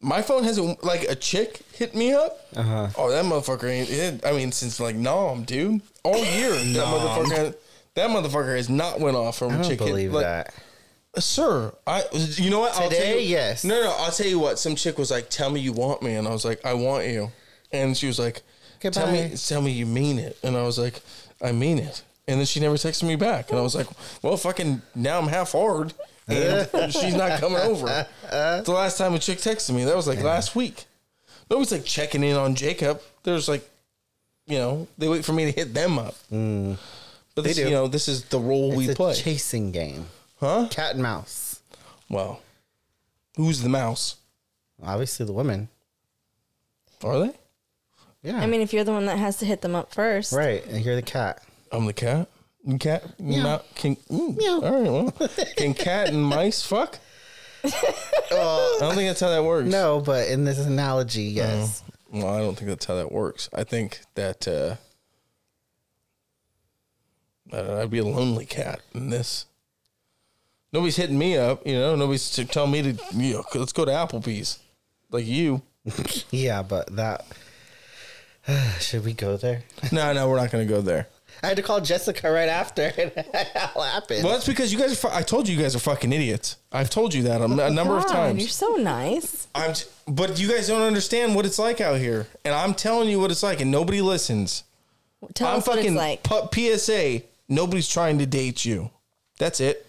A: my phone hasn't like a chick hit me up.
C: Uh-huh.
A: Oh, that motherfucker ain't. It, I mean, since like nom, dude, all year that motherfucker. That motherfucker has not went off from
C: I
A: a
C: don't
A: chick. hit-
C: believe
A: like,
C: that.
A: sir. I. You know what? I'll tell
C: Today,
A: you,
C: yes.
A: No, no. I'll tell you what. Some chick was like, "Tell me you want me," and I was like, "I want you," and she was like, "Tell me,
C: Goodbye.
A: tell me you mean it," and I was like, "I mean it." And then she never texted me back, and I was like, "Well, fucking now I'm half hard, and she's not coming over." The last time a chick texted me, that was like last week. Nobody's like checking in on Jacob. There's like, you know, they wait for me to hit them up. But this,
C: Mm. do.
A: you know, this is the role
C: It's
A: we
C: a
A: play,
C: chasing game.
A: huh?
C: Cat and mouse.
A: Well, who's the mouse?
C: Obviously, the woman.
A: Are they?
C: Yeah.
D: I mean, if you're the one that has to hit them up first,
C: right. And you're the cat.
A: I'm the cat. You Cat, meow. Can, mm, All right, well, can cat and mice fuck? I don't think that's how that works.
C: No, but in this analogy, yes.
A: Well, I don't think that's how that works. I think that uh, I don't know, I'd be a lonely cat in this. Nobody's hitting me up, you know. Nobody's t- telling me to, you know, let's go to Applebee's, like you.
C: Yeah, but that. should we go there?
A: no, no, we're not going to go there.
C: I had to call Jessica right after it all happened.
A: Well, that's because you guys are. Fu- I told you you guys are fucking idiots. I've told you that a, m- a number of
D: God,
A: times.
D: You're so nice.
A: I'm, t- but you guys don't understand what it's like out here, and I'm telling you what it's like, and nobody listens.
D: Tell
A: I'm
D: us what
A: fucking
D: it's like.
A: pu- PSA. Nobody's trying to date you. That's it.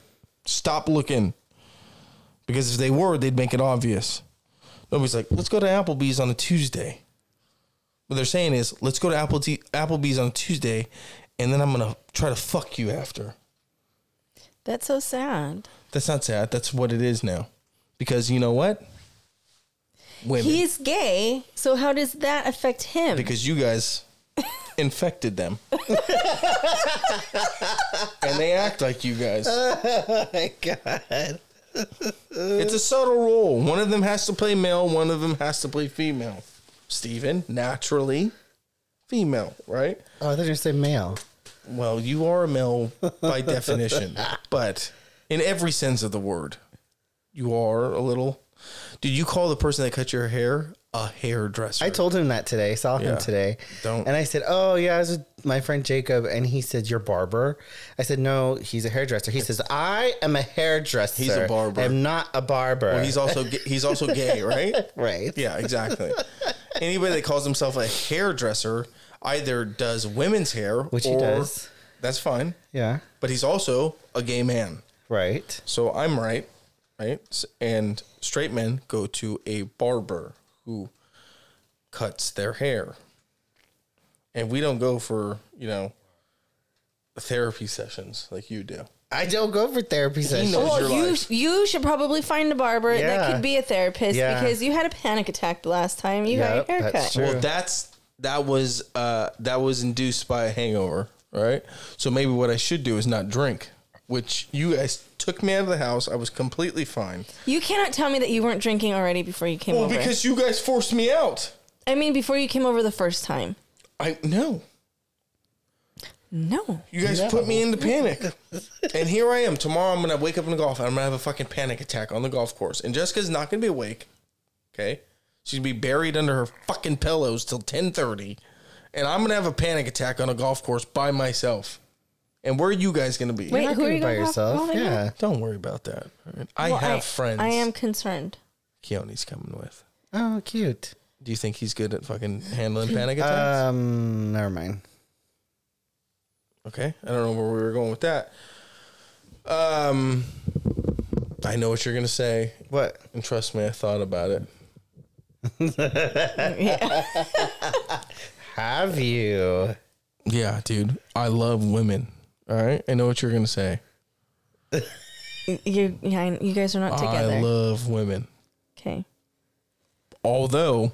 A: Stop looking, because if they were, they'd make it obvious. Nobody's like, let's go to Applebee's on a Tuesday. What they're saying is, let's go to Apple T- Applebee's on a Tuesday, and then I'm gonna try to fuck you after.
D: That's so sad.
A: That's not sad. That's what it is now, because you know what? Women.
D: He's gay, so how does that affect him?
A: because you guys infected them. and they act like you guys.
C: oh my God.
A: It's a subtle role. One of them has to play male, one of them has to play female. Steven, naturally female, right?
C: Oh, I thought you were saying male.
A: Well, you are a male by definition, but in every sense of the word, you are a little. Did you call the person that cut your hair a hairdresser?
C: I told him that today. Saw him
A: Yeah.
C: today.
A: Don't.
C: And I said, "Oh yeah, I was with my friend Jacob," and he said, "You're barber." I said, "No, he's a hairdresser." He says, "I am a hairdresser.
A: He's a barber.
C: I'm not a barber."
A: Well, he's also ga- he's also gay, right?
C: right.
A: Yeah, exactly. Anybody that calls himself a hairdresser either does women's hair,
C: Which he does.
A: That's fine,
C: Yeah.
A: but he's also a gay man.
C: Right.
A: So I'm right, right? S- And straight men go to a barber who cuts their hair, and we don't go for you know therapy sessions like you do.
C: I don't go for therapy sessions.
A: knows-
D: well,
A: your
D: you
A: life.
D: you should probably find a barber
C: Yeah.
D: that could be a therapist
C: Yeah.
D: because you had a panic attack the last time you
C: Yep,
D: got your
C: that's
D: haircut.
C: true.
A: Well, that's that was uh, that was induced by a hangover, right? So maybe what I should do is not drink. Which you guys took me out of the house. I was completely fine.
D: You cannot tell me that you weren't drinking already before you came
A: Well,
D: over.
A: because you guys forced me out.
D: I mean, before you came over the first time.
A: I no.
D: No.
A: You guys put me into panic. and here I am. Tomorrow I'm gonna wake up in the golf and I'm gonna have a fucking panic attack on the golf course. And Jessica's not gonna be awake. Okay? She's gonna be buried under her fucking pillows till ten thirty. And I'm gonna have a panic attack on a golf course by myself. And where are you guys gonna be?
D: Wait,
C: Not
D: who are
C: gonna
D: you
C: by
D: going to
C: yourself? Yeah.
A: Don't worry about that. all right? I
D: Well,
A: have friends.
D: I am concerned.
A: Keone's coming with.
C: Oh, cute.
A: Do you think he's good at fucking handling panic attacks?
C: Um, never mind.
A: Okay, I don't know where we were going with that. Um, I know what you're gonna say,
C: What?
A: and trust me, I thought about it.
C: Have you?
A: Yeah, dude, I love women. All right, I know what you're gonna say.
D: You, yeah, I- you guys are not
A: I
D: together.
A: love women.
D: okay.
A: Although,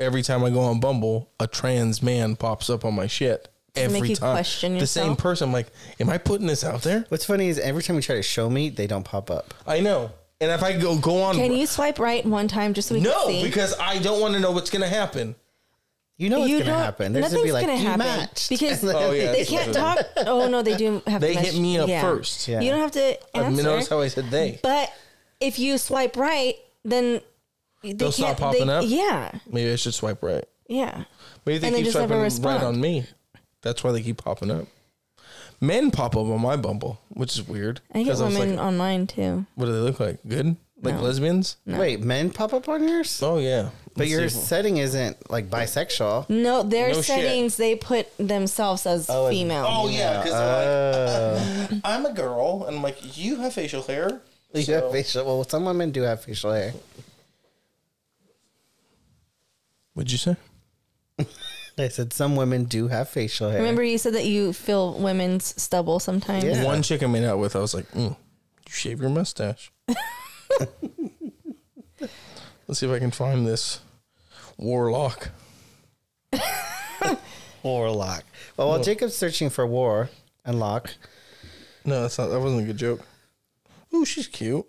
A: every time I go on Bumble, a trans man pops up on my shit every
D: make you
A: time.
D: question
A: the same
D: yourself?
A: person. I'm like, am I putting this out there?
C: What's funny is every time we try to show me, they don't pop up.
A: I know. And if I go go on,
D: Can you swipe right one time just so we
A: no,
D: can see?
A: because I don't want to know what's gonna happen.
C: You know what's
D: You
C: gonna
D: don't-
C: happen. There's gonna
D: nothing's
C: be like
D: gonna
C: you
D: happen
C: matched.
D: because-
C: And then
A: Oh, yeah.
D: they can't
A: Yeah.
D: talk. Oh no, they do have.
A: They
D: to
A: hit
D: mess-
A: me up
D: yeah.
A: first.
C: Yeah.
D: You don't have to
A: I mean,
D: answer.
A: notice how I said they.
D: but if you swipe right, then they
A: They'll stop
D: can't, they-
A: popping up?
D: Yeah,
A: Maybe I should swipe right.
D: yeah.
A: Maybe they
D: And they
A: keep
D: just never
A: swiping right
D: respond.
A: on me. That's why they keep popping up. Men pop up on my Bumble, which is weird.
D: I get
A: 'Cause was
D: women
A: like,
D: on mine too.
A: what do they look like? Good? Like lesbians?
C: Wait, men pop up on yours?
A: Oh yeah.
C: But
A: Let's
C: your
A: see.
C: setting isn't like bisexual.
D: No, their
A: No shit.
D: settings they put themselves as
C: and-
D: female.
A: Oh yeah, because I'm like, I'm a girl, and I'm like, you have facial hair.
C: You have facial. Well, some women do have facial hair.
A: What'd you say?
C: I said some women do have facial hair.
D: Remember, you said that you feel women's stubble sometimes.
C: Yeah.
A: One chick I made out with, I was like, mm, you shave your mustache. Let's see if I can find this warlock.
C: Warlock. Well, while Jacob's searching for war and lock,
A: No, that's not. That wasn't a good joke. Ooh, she's cute.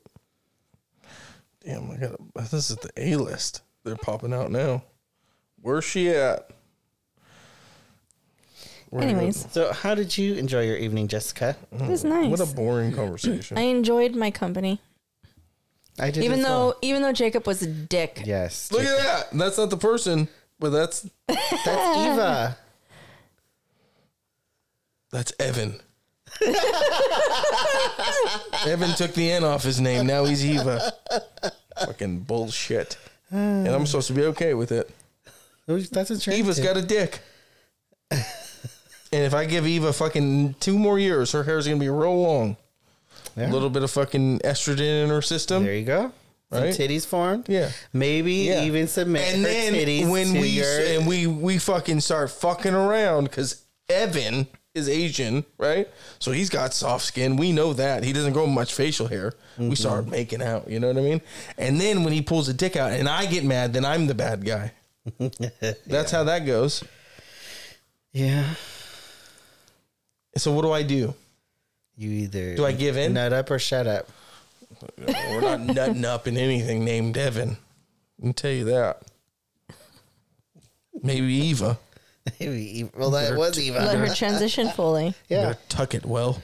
A: Damn, I got. This is the A list. They're popping out now. Where's she at? We're gonna-
D: Anyways,
C: so how did you enjoy your evening, Jessica?
D: it was nice.
A: Mm-hmm. what a boring conversation.
D: I enjoyed my company,
C: I did.
D: even
C: as
D: though
C: well.
D: even though Jacob was a dick.
C: yes,
A: Look at that. That's not the person, but that's
C: that's Eva.
A: that's Evan. Evan took the N off his name. Now he's Eva. Fucking bullshit. And I'm supposed to be okay with it.
C: Who's- That's a
A: Eva's got a dick. and if I give Eva fucking two more years, her hair's gonna be real long. A
C: Yeah.
A: little bit of fucking estrogen in her system.
C: There you go. Some
A: Right?
C: titties formed.
A: Yeah.
C: Maybe
A: Yeah.
C: even submit
A: and
C: her
A: then
C: titties
A: when
C: to
A: we
C: your-
A: and we we fucking start fucking around because Evan is Asian, right? So he's got soft skin. We know that he doesn't grow much facial hair.
C: Mm-hmm.
A: We start making out. You know what I mean? And then when he pulls a dick out, and I get mad, then I'm the bad guy. That's how that goes.
C: yeah.
A: So what do I do?
C: You either
A: Do I give in?
C: nut up or shut up?
A: We're not nutting up in anything named Evan. I can tell you that. Maybe Eva.
C: Maybe Eva- well, that
D: Let
C: was Eva.
D: her transition fully.
C: Yeah.
A: Better Tuck it well.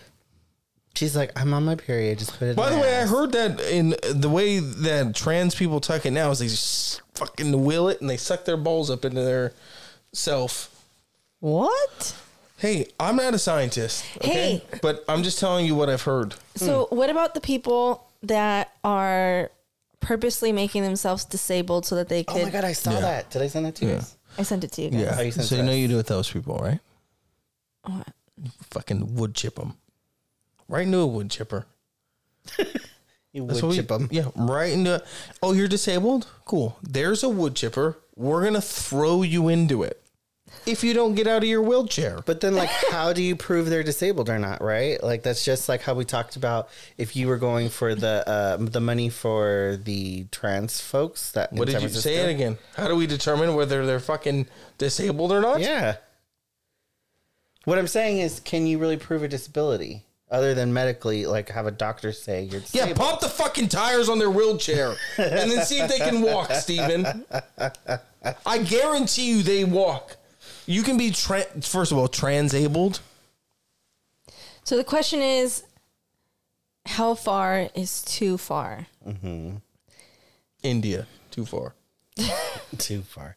C: She's like, I'm on my period. Just put it.
A: By
C: in
A: the
C: my
A: way, I
C: ass."
A: heard that in the way that trans people tuck it now is they just fucking wheel it and they suck their balls up into their self.
D: What?
A: Hey, I'm not a scientist. Okay? But I'm just telling you what I've heard.
D: So,
C: Hmm.
D: what about the people that are purposely making themselves disabled so that they could?
C: Oh my god, I saw that. Did I send that to you? guys?
D: I sent it to you guys.
C: Oh, you sent
A: So you
C: us.
A: know you do with those people, right?
D: What?
A: You fucking wood chip them. Right into a wood chipper.
C: You
A: That's what
C: would
A: we-
C: chip 'em.
A: Yeah, right into. Oh, you're disabled. Cool. There's a wood chipper. We're gonna throw you into it if you don't get out of your wheelchair.
C: But then, like, how do you prove they're disabled or not? Right? Like, that's just like how we talked about if you were going for the uh, the money for the trans folks. That in
A: What did
C: San
A: you say it
C: Francisco.
A: again? How do we determine whether they're fucking disabled or not?
C: Yeah. What I'm saying is, can you really prove a disability other than medically? Like, have a doctor say you're
A: Yeah,
C: disabled.
A: pop the fucking tires on their wheelchair and then see if they can walk, Steven. I guarantee you they walk. You can be, tra- first of all, transabled.
D: So the question is, how far is too far?
A: India, too far.
C: Too far.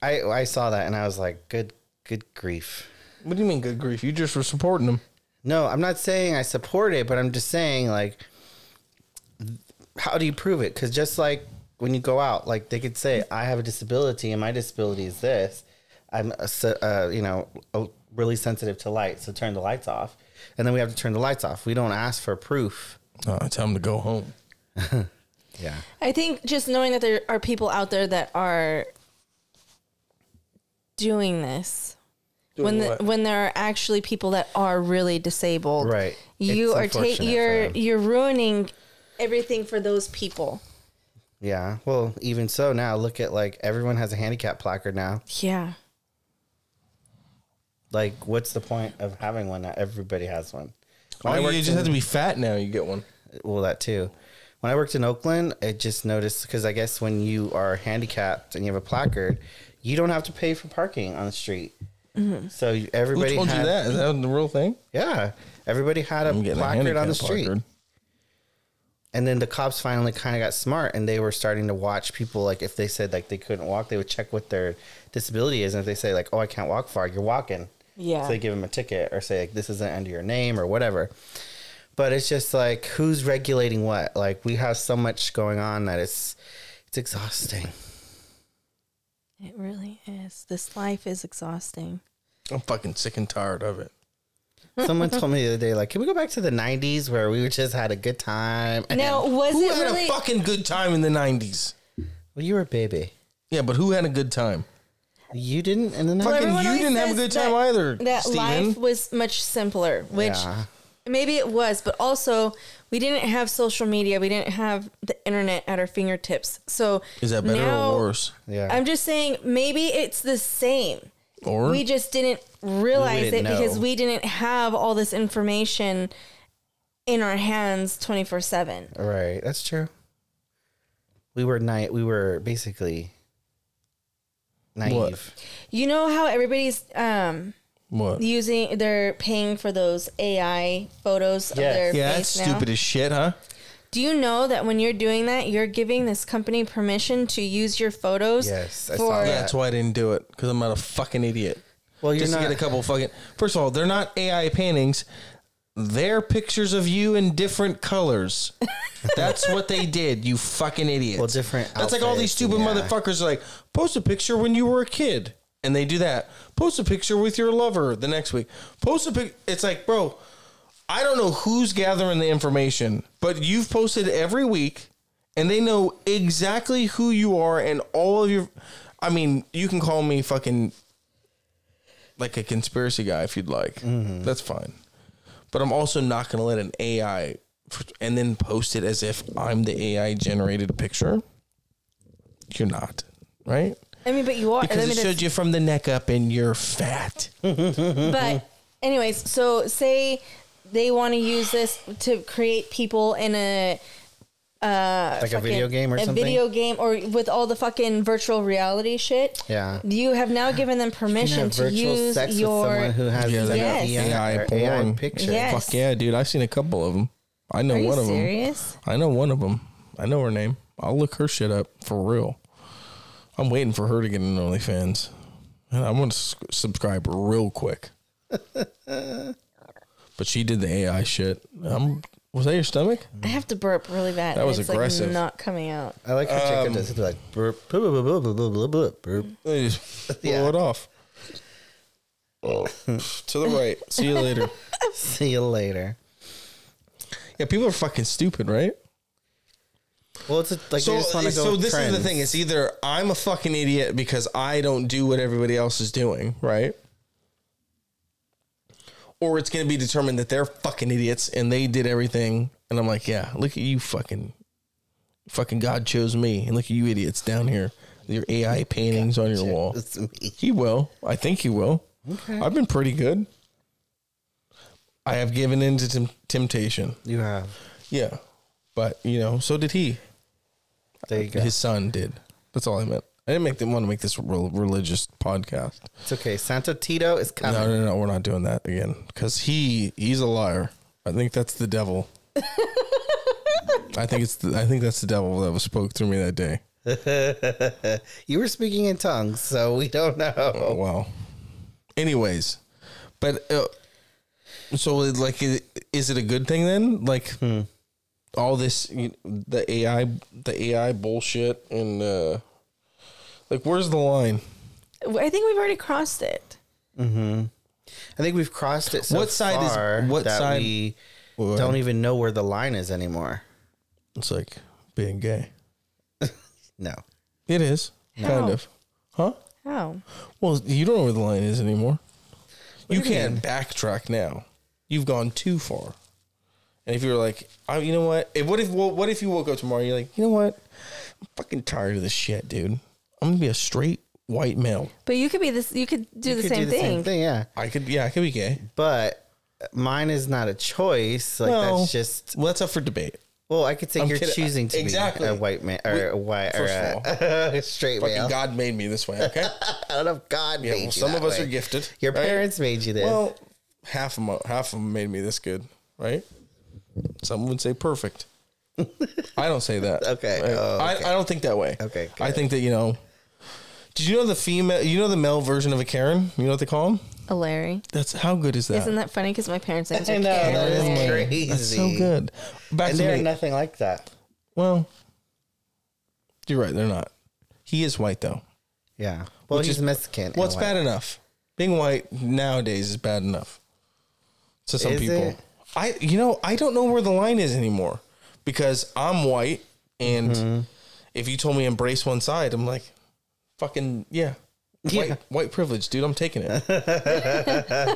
C: I I saw that and I was like, good good grief.
A: What do you mean, good grief? You just were supporting them.
C: No, I'm not saying I support it, but I'm just saying like, how do you prove it? Because just like when you go out, like they could say, I have a disability and my disability is this. I'm a, se- uh, you know a, really sensitive to light, so turn the lights off. And then we have to turn the lights off. We don't ask for proof.
A: Uh, tell them to go home.
C: Yeah.
D: I think just knowing that there are people out there that are doing this when the, when there are actually people that are really disabled.
C: Right.
D: You
C: It's
D: are ta-
C: unfortunate for
D: you're
C: them.
D: you're ruining everything for those people.
C: Yeah. Well, even so, now look at like everyone has a handicap placard now.
D: Yeah.
C: Like, what's the point of having one now? Everybody has one. When I
A: you
C: worked
A: just
C: in-
A: have to be fat now. You get one.
C: well that too when i worked in oakland i just noticed because i guess when you are handicapped and you have a placard you don't have to pay for parking on the street so you-
A: Who
C: everybody
A: told
C: had,
A: you that? Is that the real thing?
C: yeah everybody had a placard on the street and then the cops finally kind of got smart and they were starting to watch people like if they said like they couldn't walk they would check what their disability is and if they say like oh i can't walk far you're walking
D: Yeah.
C: so they give them a ticket or say like this isn't under your name or whatever but it's just like who's regulating what like we have so much going on that it's it's exhausting
D: It really is. This life is exhausting.
A: I'm fucking sick and tired of it.
C: someone told me the other day like can we go back to the 90s where we just had a good time and
D: Now, was
A: Who
D: it
A: had
D: really
A: a fucking good time in the 90s?
C: well you were a baby
A: Yeah, but who had a good time?
C: you didn't in the
D: Well,
C: 90s
A: Fucking
D: everyone
A: you
D: always
A: didn't have a
D: says
A: good time
D: that-
A: either,
D: That
A: Steven.
D: life was much simpler, which
C: Yeah.
D: maybe it was, but also we didn't have social media. We didn't have the internet at our fingertips. So
A: Is that better
D: now-
A: or worse?
C: yeah
D: I'm just saying maybe it's the same.
A: Or
D: We just didn't realize
C: We didn't
D: it because
C: know.
D: we didn't have all this information in our hands 24 7.
C: Right, that's true. We were night. We were basically naive.
D: You know how everybody's um,
A: what?
D: using, they're paying for those AI photos
C: Yes.
D: of their
A: Yeah, that's
D: face now?
A: stupid as shit, huh?
D: Do you know that when you're doing that, you're giving this company permission to use your photos?
C: Yes, I saw
D: for
A: Yeah,
C: that.
A: that's why I didn't do it because I'm not a fucking idiot.
C: Well, you're
A: just to
C: not-
A: get a couple fucking. First of all, they're not AI paintings. They're pictures of you in different colors. That's what they did. You fucking idiot.
C: Well, different
A: That's like all these
C: outfits,
A: stupid
C: yeah.
A: motherfuckers are like post a picture when you were a kid, and they do that. Post a picture with your lover the next week. Post a pic. It's like, bro, I don't know who's gathering the information, but you've posted every week and they know exactly who you are and all of your I mean, you can call me fucking like a conspiracy guy if you'd like.
C: Mm-hmm.
A: That's fine. But I'm also not going to let an AI f- and then post it as if I'm the AI generated picture. You're not, right?
D: I mean, but you are.
A: Because
D: I mean,
A: it showed you from the neck up and you're fat.
C: Mm-hmm.
D: but anyways, so say they want to use this to create people in a uh,
C: Like a video game or
D: a
C: something?
D: video game or with all the fucking virtual reality shit.
C: Yeah.
D: you have now given them
C: You can
D: permission
C: have
D: to use your.
C: someone who has
A: Yeah, like
D: Yes.
C: AI,
A: AI
C: or AI
A: porn.
C: picture.
D: Yes.
A: Fuck yeah, dude. I've seen a couple of them. I know
D: are you
A: one of them.
D: serious?
A: I know one of them. I know her name. I'll look her shit up for real. I'm waiting for her to get an OnlyFans, and I'm gonna s- subscribe real quick. but she did the AI shit. Um, was that your stomach?
D: I have to burp really bad.
A: That
D: and
A: was
D: it's
A: aggressive.
D: Like not coming out.
C: I like how Jacob does it like burp, burp, burp, burp, burp, burp, burp, burp.
A: They just
C: Yeah.
A: blow it off. Oh. to the right. See you later.
C: See you later.
A: Yeah, people are fucking stupid, right?
C: Well, it's a, like they
A: So,
C: just want to go.
A: so
C: with
A: this
C: trends.
A: is the thing. It's either I'm a fucking idiot because I don't do what everybody else is doing, right? Or it's going to be determined that they're fucking idiots and they did everything. And I'm like, yeah, look at you fucking, fucking God chose me. And look at you idiots down here. Your AI paintings on your wall.
C: It's me.
A: He will. I think he will. I've been pretty good. I have given in to tem- temptation.
C: You have.
A: Yeah. But, you know, so did he.
C: There you go.
A: His son did. That's all I meant. I didn't make them want to make this rel- religious podcast.
C: It's okay. Santo Tito is coming.
A: No, no, no, we're not doing that again because he he's a liar. I think that's the devil. I think it's the, I think that's the devil that was spoke through me that day.
C: You were speaking in tongues, so we don't know.
A: Oh wow. Anyways, but uh, so like, i- is it a good thing then? Like all this, you- the AI, the AI bullshit, and uh, like, where's the line?
D: I think we've already crossed it.
C: I think we've crossed it. So
A: What side is-
C: far
A: what
C: that
A: side-
C: We
A: Well,
C: don't even know where the line is anymore.
A: It's like being gay.
C: No,
A: It is kind
D: How?
A: of, huh?
D: Oh.
A: Well, you don't know where the line is anymore. you
C: do you
A: can't backtrack now. You've gone too far. And if you're like, oh, you know what? If, what if well, what if you woke up tomorrow? and You're like, you know what? I'm fucking tired of this shit, dude. I'm gonna be a straight white male.
D: But you could be this you could do, the,
C: Could do
D: same thing.
C: Yeah,
A: I could, yeah, I could be gay.
C: but mine is not a choice. Like
A: No.
C: that's just.
A: Well, that's up for debate.
C: Well, I could say
A: I'm
C: you're
A: kidding.
C: choosing to
A: Exactly.
C: be a white man or a white or
A: First of
C: a straight
A: Fucking
C: male.
A: God made me this way. Okay.
C: I don't know if God
A: Yeah.
C: made
A: Well,
C: you
A: some
C: that
A: of us
C: way.
A: are gifted.
C: Your
A: right?
C: parents made you this.
A: Well, half of them, half of 'em made me this good, right? Some would say perfect. I don't say that.
C: Okay.
A: right?
C: Oh,
A: I, I don't think that way.
C: Okay,
A: I
C: good.
A: think that you know. Did you know the female? You know the male version of a Karen. You know what they call him?
D: A Oh, Larry.
A: That's how good is that?
D: Isn't that funny? Because my parents' names are
C: I know
D: Karen
C: that
D: and
C: is
D: Larry.
C: crazy.
A: That's so good. Back
C: And
A: to
C: they're
A: me.
C: nothing like that.
A: well, you're right. They're not. He is white though.
C: Yeah. Well,
A: Which
C: he's
A: is-
C: Mexican. and
A: What's
C: white.
A: bad enough? Being white nowadays is bad enough to some
C: Is
A: people.
C: it?
A: I you know I don't know where the line is anymore because I'm white and
C: Mm-hmm.
A: if you told me embrace one side, I'm like, fucking yeah,
C: Yeah.
A: White, white privilege, dude. I'm taking it
C: At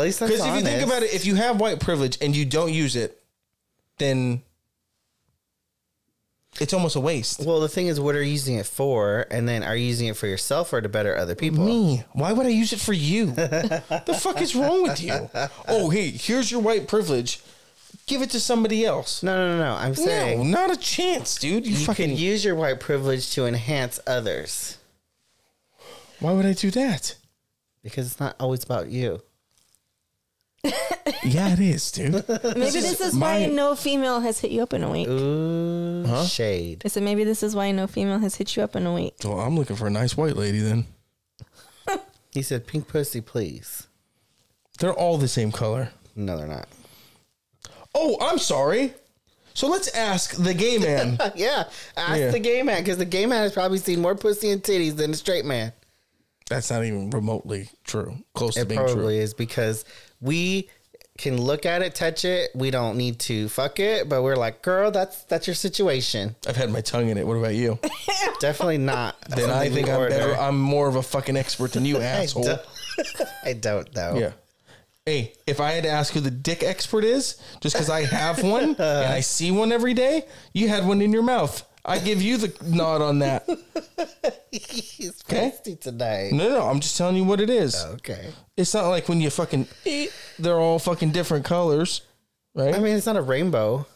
C: least that's
A: because if you think about it, if you have white privilege and you don't use it, then it's almost a waste.
C: Well, the thing is, what are you using it for? And then are you using it for yourself or to better other people?
A: me. Why would I use it for you? the fuck is wrong with you? Oh, hey, here's your white privilege. Give it to somebody else.
C: No, no, no, no. I'm
A: No,
C: saying
A: not a chance, dude. You,
C: you
A: fucking.
C: can use your white privilege to enhance others
A: why would I do that?
C: because it's not always about you.
A: Yeah, it is, dude.
D: Maybe this is
A: my-
D: why no female has hit you up in a week.
C: Ooh, shade.
D: I said maybe this is why no female has hit you up in a week.
A: well, I'm looking for a nice white lady. Then
C: He said, "Pink pussy, please."
A: they're all the same color.
C: No, they're not.
A: Oh, I'm sorry. So let's ask the gay man.
C: yeah, ask
A: Yeah.
C: the gay man because the gay man has probably seen more pussy and titties than the straight man.
A: That's not even remotely true. Close to
C: It
A: being true.
C: probably is because we can look at it, touch it. We don't need to fuck it, but we're like, girl, that's that's your situation.
A: I've had my tongue in it. What about you?
C: Definitely not.
A: then I
C: something
A: think
C: we
A: I'm better.
C: order.
A: I'm more of a fucking expert than you,
C: I
A: asshole.
C: don't, I don't know.
A: Yeah. Hey, if I had to ask who the dick expert is, just because I have one and I see one every day, you had one in your mouth. I give you the nod on that. No,
C: He's
A: Okay.
C: feisty tonight.
A: no, no, I'm just telling you what it is.
C: Okay.
A: It's not like when you fucking eat, they're all fucking different colors, right?
C: I mean, it's not a rainbow.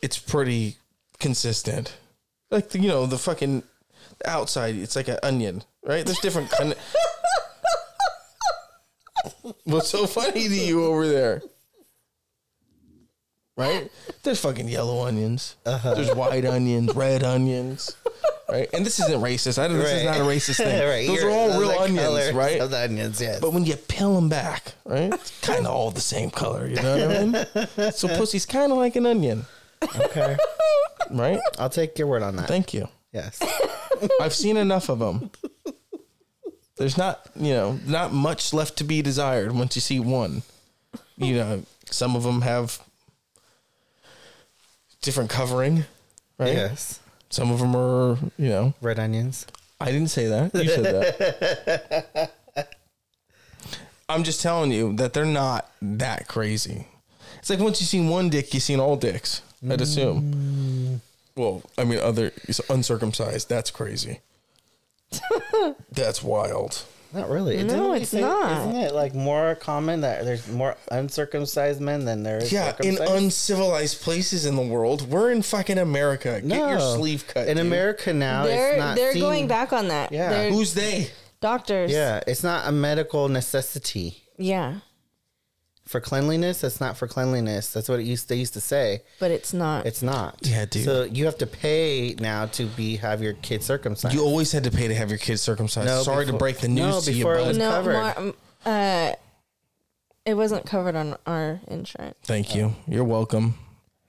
A: it's pretty consistent. Like the, you know, the fucking outside, it's like an onion, right? There's different. Con- What's so funny to you over there? Right? There's fucking yellow onions.
C: Uh-huh.
A: There's white onions, red onions. Right? And this isn't racist. I don't, This is
C: Right.
A: not a racist thing.
C: Right,
A: Those
C: you're-
A: are all real
C: the
A: onions,
C: colors
A: right?
C: Of the onions, yes.
A: But when you peel them back, right? It's kind of all the same color, you know what I mean? So pussy's kind of like an onion,
C: okay.
A: right?
C: I'll take your word on that.
A: Thank you.
C: yes.
A: I've seen enough of them. There's not, you know, not much left to be desired once you see one. You know, some of them have different covering, right?
C: Yes.
A: Some of them are, you know,
C: Red onions.
A: I didn't say that. You said that. I'm just telling you that they're not that crazy. It's like once you've seen one dick, you've seen all dicks, I'd assume.
C: Mm.
A: Well, I mean, other it's uncircumcised. That's crazy. that's wild.
C: Not really. It
D: No,
C: didn't really
D: it's not.
C: Isn't it like more common that there's more uncircumcised men than there is
A: Yeah, in
C: circumcised?
A: uncivilized places in the world, we're in fucking America. Get your
C: No.
A: sleeve cut.
C: In
A: dude.
C: America now, it's
D: They're
C: not
D: they're
C: seen-
D: going back on that.
C: Yeah.
D: They're-
A: who's they?
D: doctors.
C: Yeah, it's not a medical necessity
D: Yeah.
C: for cleanliness. That's not for cleanliness. That's what it used they used to say.
D: But it's not.
C: It's not.
A: Yeah, dude.
C: So you have to pay now to be have your kid circumcised.
A: You always had to pay to have your kids circumcised.
C: No,
A: Sorry to
C: before-
A: break the news
C: no,
A: to you,
C: before it
A: bud.
C: was-
D: no,
C: covered.
D: Mar- um, uh, it wasn't covered on our insurance.
A: Thank you. You're welcome.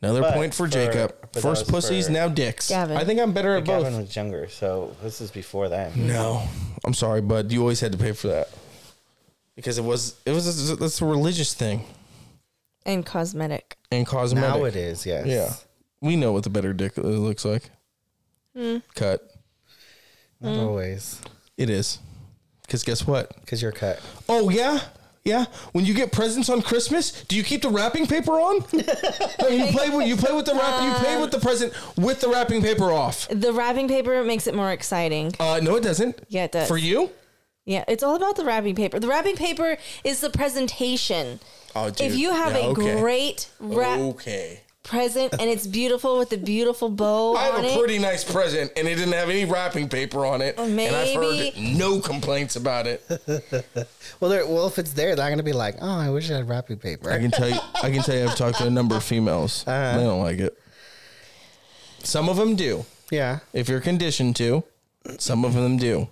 A: Another
C: But
A: point for,
C: for-
A: Jacob.
C: but that
A: First
C: was
A: pussies,
C: for-
A: now dicks.
D: Gavin.
A: I think I'm better at both.
C: Gavin was younger, so this is before that.
A: No, I'm sorry, bud. You always had to pay for that because it was it was a, that's a religious thing
D: And cosmetic.
A: and cosmetic.
C: Now it is, yes.
A: Yeah, we know what the better dick uh, looks like. Cut.
C: Not always.
A: It is. Because guess what?
C: Because you're cut.
A: Oh yeah, yeah. When you get presents on Christmas, do you keep the wrapping paper on? No, you play with you play with the wrap. You play with the present with the wrapping paper off.
D: The wrapping paper makes it more exciting.
A: Uh, no, it doesn't.
D: Yeah, it does.
A: For you?
D: Yeah, it's all about the wrapping paper. The wrapping paper is the presentation.
A: Oh, dude.
D: If you have
A: Yeah,
D: a
A: okay. Oh.
D: great wrap
A: Okay.
D: present and it's beautiful with the beautiful bow
A: I have
D: on
A: a
D: it,
A: pretty nice present, and it didn't have any wrapping paper on it. And I've heard
D: Maybe-
A: no complaints about it.
C: Well, they're, well, if it's there, they're not gonna be like, oh, I wish I had wrapping paper.
A: I can tell you. I can tell you. I've talked to a number of females. They don't like it. Uh-huh. Some of them do,
C: yeah.
A: if you're conditioned to. Some of them do.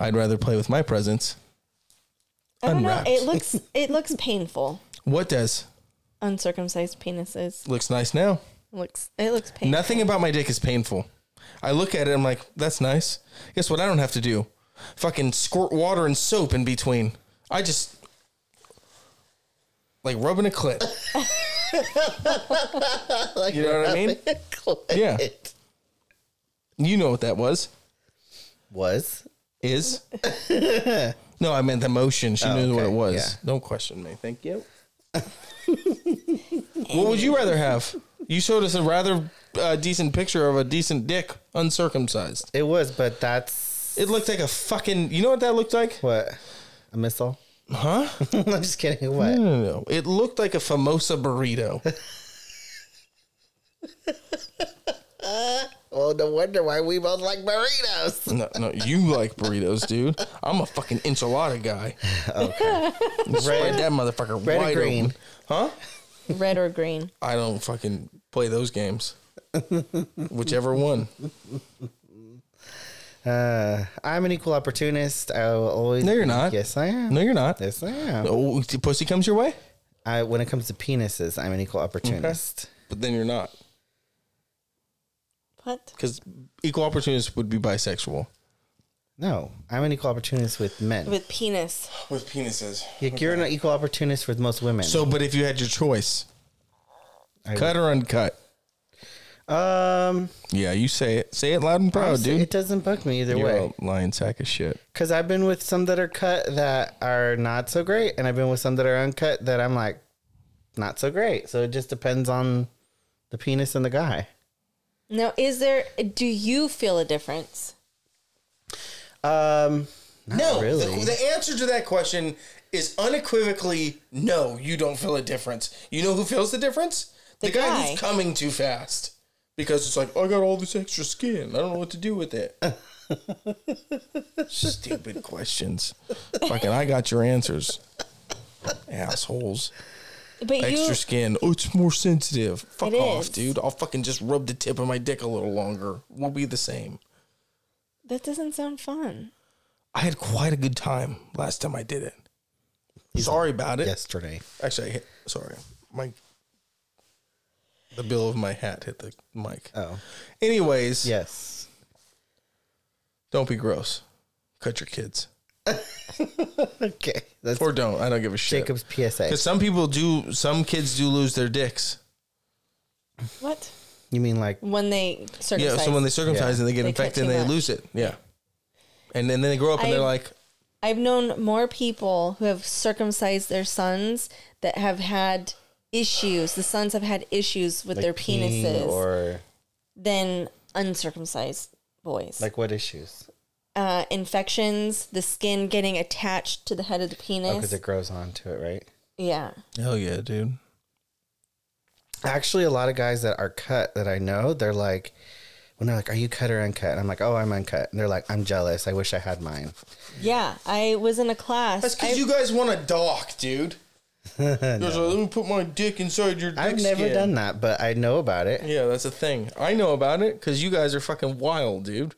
A: I'd rather play with my presents.
D: I don't know.
A: unwrapped.
D: It looks it looks painful.
A: What does
D: Uncircumcised penises
A: looks nice now?
D: looks it looks painful.
A: Nothing about my dick is painful. I look at it. I'm like, that's nice. Guess what? I don't have to do. Fucking squirt water and soap in between. I just like rubbing a clit.
C: Like,
A: You know what I mean? Yeah. You know what that was?
C: Was
A: Is? no, I meant the motion. She knew what it
C: okay,
A: was.
C: yeah.
A: Don't question me. Thank you. what would you rather have? You showed us a rather uh, decent picture of a decent dick, uncircumcised.
C: it was, but that's
A: It looked like a fucking. You know what that looked like?
C: what a missile.
A: Huh? Hmm.
C: I'm just kidding. What?
A: No, no, no. It looked like a famosa burrito.
C: Well, no wonder why we both like burritos.
A: No, no, you like burritos, dude. I'm a fucking enchilada guy. Okay. Spread that motherfucker
C: Red or
A: wide
C: green?
A: open. Huh?
D: Red or green.
A: I don't fucking play those games. Whichever one.
C: Uh, I'm an equal opportunist. I will always.
A: No, you're
C: be-
A: not.
C: Yes, I am.
A: No, you're not.
C: Yes, I am.
A: Oh, if the pussy comes your way,
C: I, when it comes to penises, I'm an equal opportunist.
A: but then you're not.
D: What?
A: Because equal opportunists would be bisexual.
C: No, I'm an equal opportunist with men.
D: With penis.
A: With penises.
C: Like, You're an equal opportunist with most women.
A: So, but if you had your choice,
C: I
A: cut or uncut?
C: would- um,
A: Yeah, you say it. Say it loud and proud,
C: honestly, it
A: dude.
C: doesn't bug me either
A: You're
C: way.
A: a lying sack of shit.
C: Because I've been with some that are cut that are not so great, and I've been with some that are uncut that I'm like, not so great. So it just depends on the penis and the guy.
D: Now, is there? Do you feel a difference?
C: Um,
A: No,
C: really.
A: The, the answer to that question is unequivocally no. You don't feel a difference. You know who feels the difference? The,
D: The
A: guy,
D: guy.
A: who's coming too fast because it's like I got all this extra skin. I don't know what to do with it. Stupid questions. Fucking, I got your answers. Assholes.
D: But
A: Extra
D: you,
A: skin. Oh, it's more sensitive. Fuck
D: It
A: off,
D: is.
A: dude. I'll fucking just rub the tip of my dick a little longer. We'll be the same.
D: that doesn't sound fun.
A: I had quite a good time last time I did it. Sorry about it.
C: yesterday.
A: Actually, I hit, sorry. My the bill of my hat hit the mic.
C: Oh,
A: Anyways,
C: yes.
A: don't be gross. Cut your kids
C: Okay, that's
A: or don't. I don't give a shit.
C: Jacob's PSA.
A: Because some people do. Some kids do lose their dicks.
D: What?
C: You mean like
D: When they
A: Yeah.
D: circumcise?
A: So when they circumcise
C: Yeah.
A: and they get
D: They cut
A: infected and
D: too
A: they
D: much.
A: lose it. Yeah. And then, then they grow up and they're
D: I-
A: like,
D: I've known more people who have circumcised their sons that have had issues. The sons have had issues with
C: like
D: their
C: peeing
D: penises
C: or
D: than uncircumcised boys.
C: like what issues?
D: uh, infections, the skin getting attached to the head of
A: Oh,
D: the penis.
C: because Oh, it grows onto it, right?
D: yeah.
A: Hell yeah, dude.
C: Actually, a lot of guys that are cut that I know, they're like, when they're like, "Are you cut or uncut?" And I'm like, "Oh, I'm uncut." And they're like, "I'm jealous. I wish I had mine."
D: Yeah. I was in a
A: That's
D: class. I,
A: because you guys want a dock, dude. There's a, let me put my dick inside your dick
C: I've never
A: skin.
C: done that, but I know about it.
A: Yeah, that's a thing. I know about it because you guys are fucking wild, dude.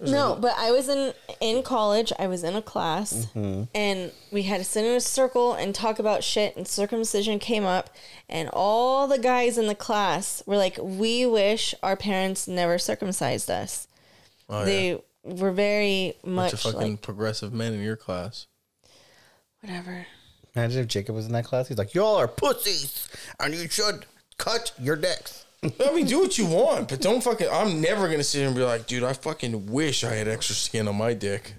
D: no, but I was in in college. I was in a class,
A: Mm-hmm.
D: and we had to sit in a circle and talk about shit. And circumcision came up, and all the guys in the class were like, "We wish our parents never circumcised us."
A: Oh,
D: they were very
A: Bunch of
D: much
A: fucking
D: like
A: progressive men in your class.
D: whatever.
C: Imagine if Jacob was in that class. He's like, "Y'all are pussies, and you should cut your dicks."
A: I mean, do what you want, but don't fucking. I'm never gonna sit here and be like, dude, I fucking wish I had extra skin on my dick.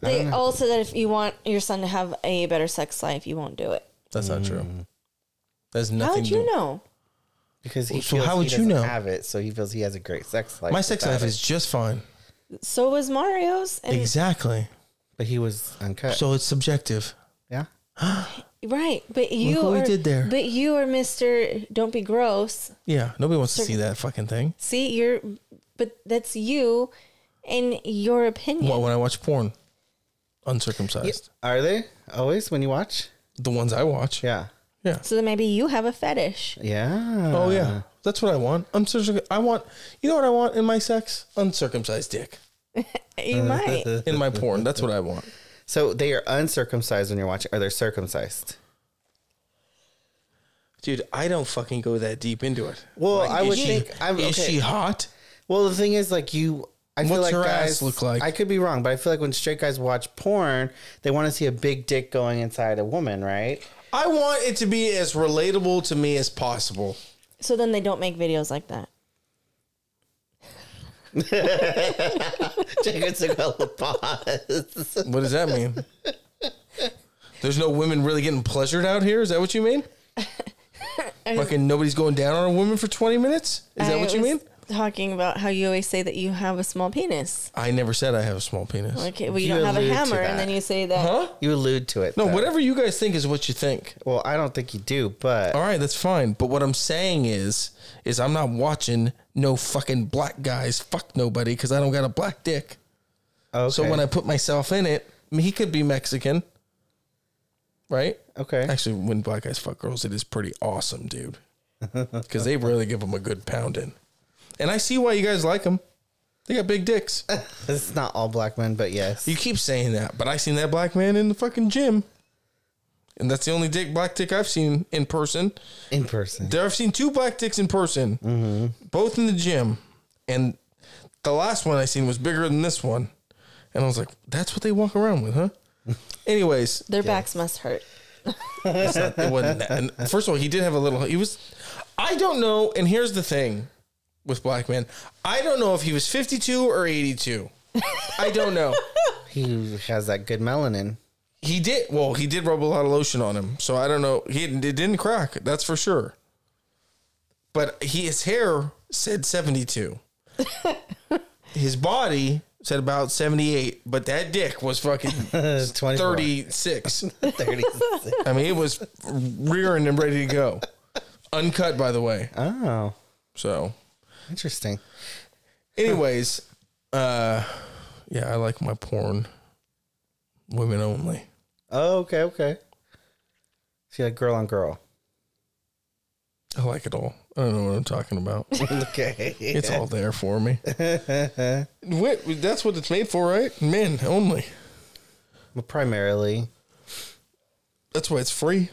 D: They also that if you want your son to have a better sex life, you won't do it.
A: That's not true. That's
D: Mm. How
A: nothing.
D: would you
A: to-
D: know?
C: Because he
A: So
C: feels
A: how
C: he
A: would you
C: doesn't
A: know?
C: Have it, so he feels he has a great sex life.
A: My sex
C: without
A: life
C: it.
A: is just fine.
D: So was Mario's, and
A: Exactly.
C: but he was uncut.
A: So it's subjective.
C: yeah,
D: right, but you
A: what we
D: are,
A: did there.
D: But you are Mister. Don't be gross.
A: Yeah, nobody wants to see that fucking thing.
D: See, you're, but that's you, and your opinion.
A: What when I watch porn? Uncircumcised.
C: are they always when you watch?
A: The ones I watch.
C: Yeah,
A: Yeah.
D: So then maybe you have a fetish.
C: yeah.
A: Oh yeah, that's what I want. I'm circumc- I want. You know what I want in my sex? Uncircumcised dick Uh-huh.
D: You might.
A: in my porn. That's what I want.
C: So they are uncircumcised when you're watching, or they're circumcised.
A: Dude, I don't fucking go that deep into it.
C: Well, I
A: is
C: would
A: she-
C: think- I'm-
A: is
C: okay.
A: she hot?
C: Well, the thing is, like you, I feel
A: What's
C: like
A: her
C: guys
A: ass look like?
C: I could be wrong, but I feel like when straight guys watch porn, they want to see a big dick going inside a woman, right?
A: I want it to be as relatable to me as possible.
D: So then they don't make videos like that.
C: Jacob's like, well, pause.
A: What does that mean? There's no women really getting pleasured out here. Is that what you mean? Fucking nobody's going down on a woman for 20 minutes. Is that
D: I
A: what you
D: was
A: mean?
D: Talking about how you always say that you have a small penis.
A: I never said I have a small penis.
D: Okay, well you,
C: You
D: don't have a
C: allude to
D: hammer,
C: that.
D: and then you say that.
A: huh?
C: You allude to it.
A: No,
C: though.
A: whatever you guys think is what you think.
C: Well, I don't think you do, but
A: All right, that's fine. But what I'm saying is, is I'm not watching no fucking black guys fuck nobody because I don't got a black dick.
C: okay.
A: So when I put myself in it, I mean, he could be Mexican, right?
C: okay,
A: Actually, when black guys fuck girls, it is pretty awesome, dude, because they really give them a good pounding. And I see why you guys like them. They got big dicks.
C: this is not all black men, but yes,
A: You keep saying that, but I seen that black man in the fucking gym, and that's the only dick black dick I've seen in person.
C: in person.
A: There, I've seen two black dicks in person, both in the gym, and the last one I seen was bigger than this one, and I was like, "That's what they walk around with, huh?" Anyways,
D: Their backs must hurt.
A: it's not, it wasn't that. And first of all, he did have a little. He was, I don't know. And here's the thing, with black men, I don't know if he was 52 or 82. I don't know.
C: He has that good melanin.
A: He did well. He did rub a lot of lotion on him, so I don't know. He it didn't crack. That's for sure. But he, his hair said seventy two. his body said about seventy eight, but that dick was fucking
C: Twenty
A: Uh, thirty six.
C: 30.
A: I mean, it was rearing and ready to go, uncut, by the way.
C: oh,
A: So,
C: interesting.
A: anyways, uh, yeah, I like my porn, women only.
C: Oh, okay, okay. See, like girl on girl.
A: I like it all. I don't know what I'm talking about.
C: okay.
A: It's all there for me. Wait, that's what it's made for, right? Men only.
C: Well, primarily,
A: That's why it's free.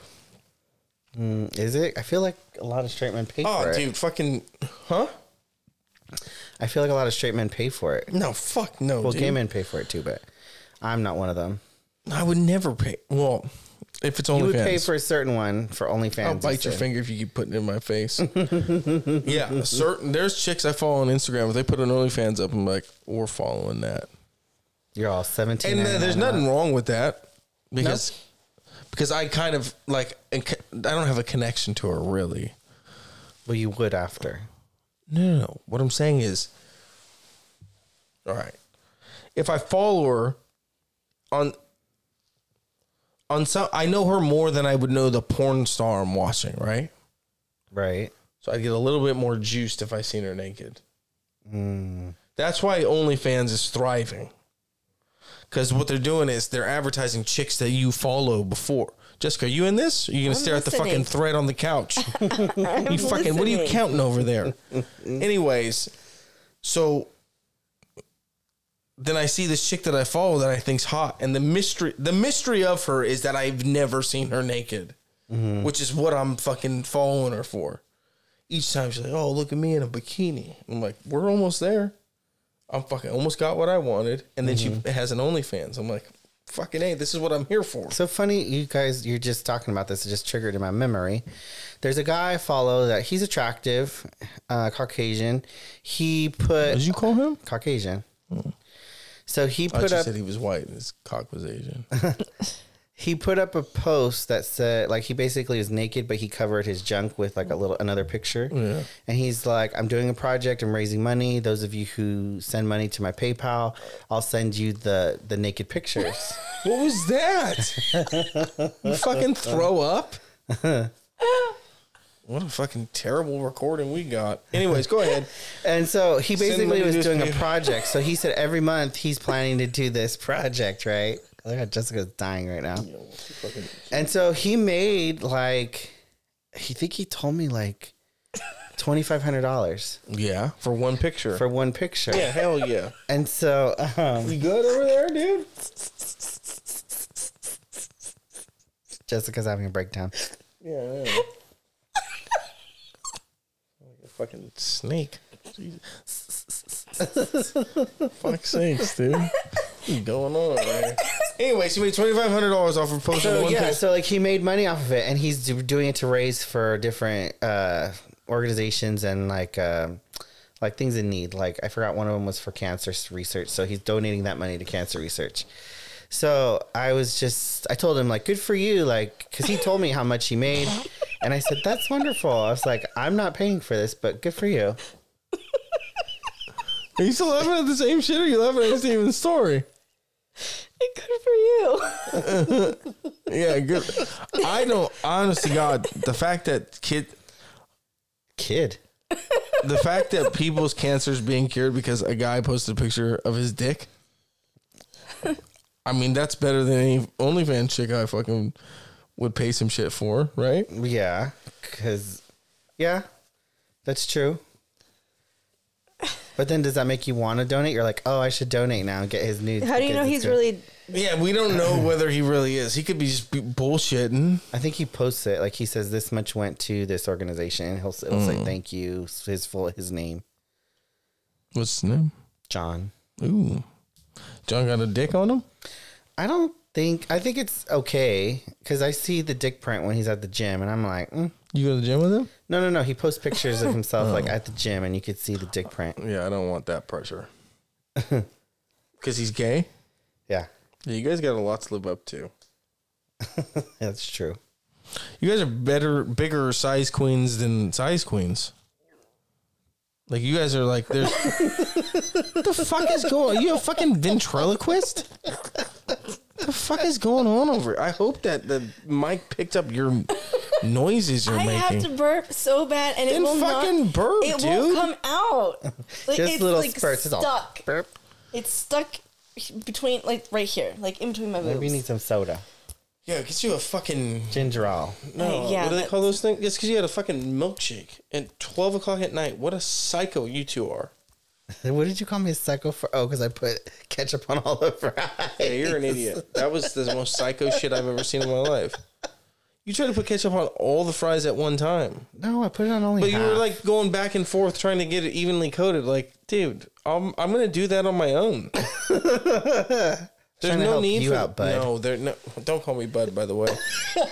C: Mm, is it? I feel like a lot of straight men pay
A: Oh,
C: for it.
A: dude, fucking, huh?
C: I feel like a lot of straight men pay for it.
A: No, fuck no,
C: Well,
A: dude.
C: gay men pay for it too, but I'm not one of them.
A: I would never pay. Well, if it's
C: You
A: only
C: would pay for a certain one for OnlyFans.
A: I'll bite
C: you
A: your
C: said.
A: finger if you keep putting it in my face. yeah, certain. There's chicks I follow on Instagram. If they put an OnlyFans up, I'm like, we're following that.
C: You're all 17.
A: And uh, there's
C: no.
A: nothing wrong with that because because I kind of like I don't have a connection to her really.
C: Well, you would after.
A: No, no, no. What I'm saying is, All right. If I follow her on on some I know her more than I would know the porn star I'm watching, right?
C: Right.
A: So I get a little bit more juiced if I seen her naked. That's why OnlyFans is thriving. Because what they're doing is they're advertising chicks that you follow before. Jessica, are you in this? Or are you gonna
D: I'm
A: stare at the fucking
D: listening.
A: thread on the couch? you fucking what are you counting over there? Anyways, so then I see this chick that I follow that I think's hot, and the mystery the mystery of her is that I've never seen her naked, which is what I'm fucking following her for. Each time she's like, "Oh, look at me in a bikini," I'm like, "We're almost there." I'm fucking almost got what I wanted, and then she has an OnlyFans. I'm like, "Fucking hey, this is what I'm here for."
C: So funny, you guys, you're just talking about this. It just triggered in my memory. There's a guy I follow that he's attractive, uh, Caucasian. He put
A: you Hmm. call him?
C: Caucasian. So he
A: I
C: put
A: just
C: up
A: said he was white and his cock was Asian.
C: he put up a post that said like he basically was naked but he covered his junk with like a little another picture
A: Oh,
C: and he's like i'm doing a project i'm raising money those of you who send money to my paypal i'll send you the the naked pictures
A: What was that? you fucking throw up? what a fucking terrible recording we got. Anyways, go ahead.
C: and so he
A: money
C: basically
A: to
C: was
A: this
C: doing a
A: paypal.
C: project so he said every month he's planning to do this project right look at jessica's dying right now and so he made like he think he told me like $2500
A: Yeah, for one picture.
C: for one picture
A: yeah, hell yeah.
C: And so, um,
A: You good over there, dude?
C: Jessica's having a breakdown.
A: Yeah, yeah. like a fucking snake. Jesus. Fuck sakes, dude. What's going on? Man? Anyway, she made twenty five hundred dollars off of posting
C: So
A: one
C: yeah,
A: picture.
C: so like he made money off of it, and he's do- doing it to raise for different uh, organizations and like um like things in need. Like I forgot one of them was for cancer s- research, so he's donating that money to cancer research. So I was just, I told him like, good for you, like, because he told me how much he made, and I said that's wonderful. I was like, I'm not paying for this, but good for you.
A: Are you still laughing at the same shit or are you laughing at Steven's story?
D: Good for you.
A: Yeah, good. I don't. Honest to God, the fact that kid,
C: Kid,
A: the fact that people's cancer is being cured because a guy posted a picture of his dick. I mean, that's better than any OnlyFans chick I fucking would pay some shit for, right?
C: yeah, because yeah, that's true. But then, does that make you want to donate? You're like, oh, I should donate now and get his nudes.
D: How do you
C: because
D: know
C: it's
D: he's
C: good."
D: really?
A: Yeah, we don't know whether he really is. He could be just be bullshitting.
C: I think he posts it like he says this much went to this organization, and he'll s- it'll say thank you, s- his full his name,
A: What's his name?
C: John.
A: Ooh, John got a dick on him.
C: I don't think I think it's okay because I see the dick print when he's at the gym, and I'm like, mm.
A: You go to the gym with him?
C: no, no, no. He posts pictures of himself like at the gym, and you could see the dick print.
A: Yeah, I don't want that pressure. Because he's gay.
C: Yeah,
A: Yeah, you guys got a lot to live up to.
C: that's true.
A: You guys are better, bigger size queens than size queens. Like you guys are like there's. what the fuck is going? You a fucking ventriloquist? the fuck is going on over? I hope that the mic picked up your noises you're
D: I
A: making.
D: have to burp so bad, and it
A: Then
D: will
A: fucking
D: not.
A: burp,
D: it
A: dude.
D: won't come out. Like,
C: Just
D: it's
C: little
D: like
C: spurts. It's all
D: stuck.
C: burp.
D: It's stuck between, like right here, like in between my boobs.
C: Maybe you need some soda,
A: yeah, get you a fucking
C: ginger ale.
A: no.
D: Uh, yeah,
A: what do they
D: that-
A: call those things? It's because you had a fucking milkshake at twelve o'clock at night. What a psycho you two are.
C: What did you call me a psycho for? Oh, because I put ketchup on all the
A: Yeah,
C: fries.
A: you're an idiot. That was the most psycho shit I've ever seen in my life. You tried to put ketchup on all the fries at one time.
C: No, I put it on only.
A: But you were
C: half.
A: like going back and forth trying to get it evenly coated. Like, dude, I'm I'm gonna do that on my own. There's
C: Trying to
A: no
C: help
A: need
C: you
A: for
C: out, bud.
A: no. There no. Don't call me bud. By the way,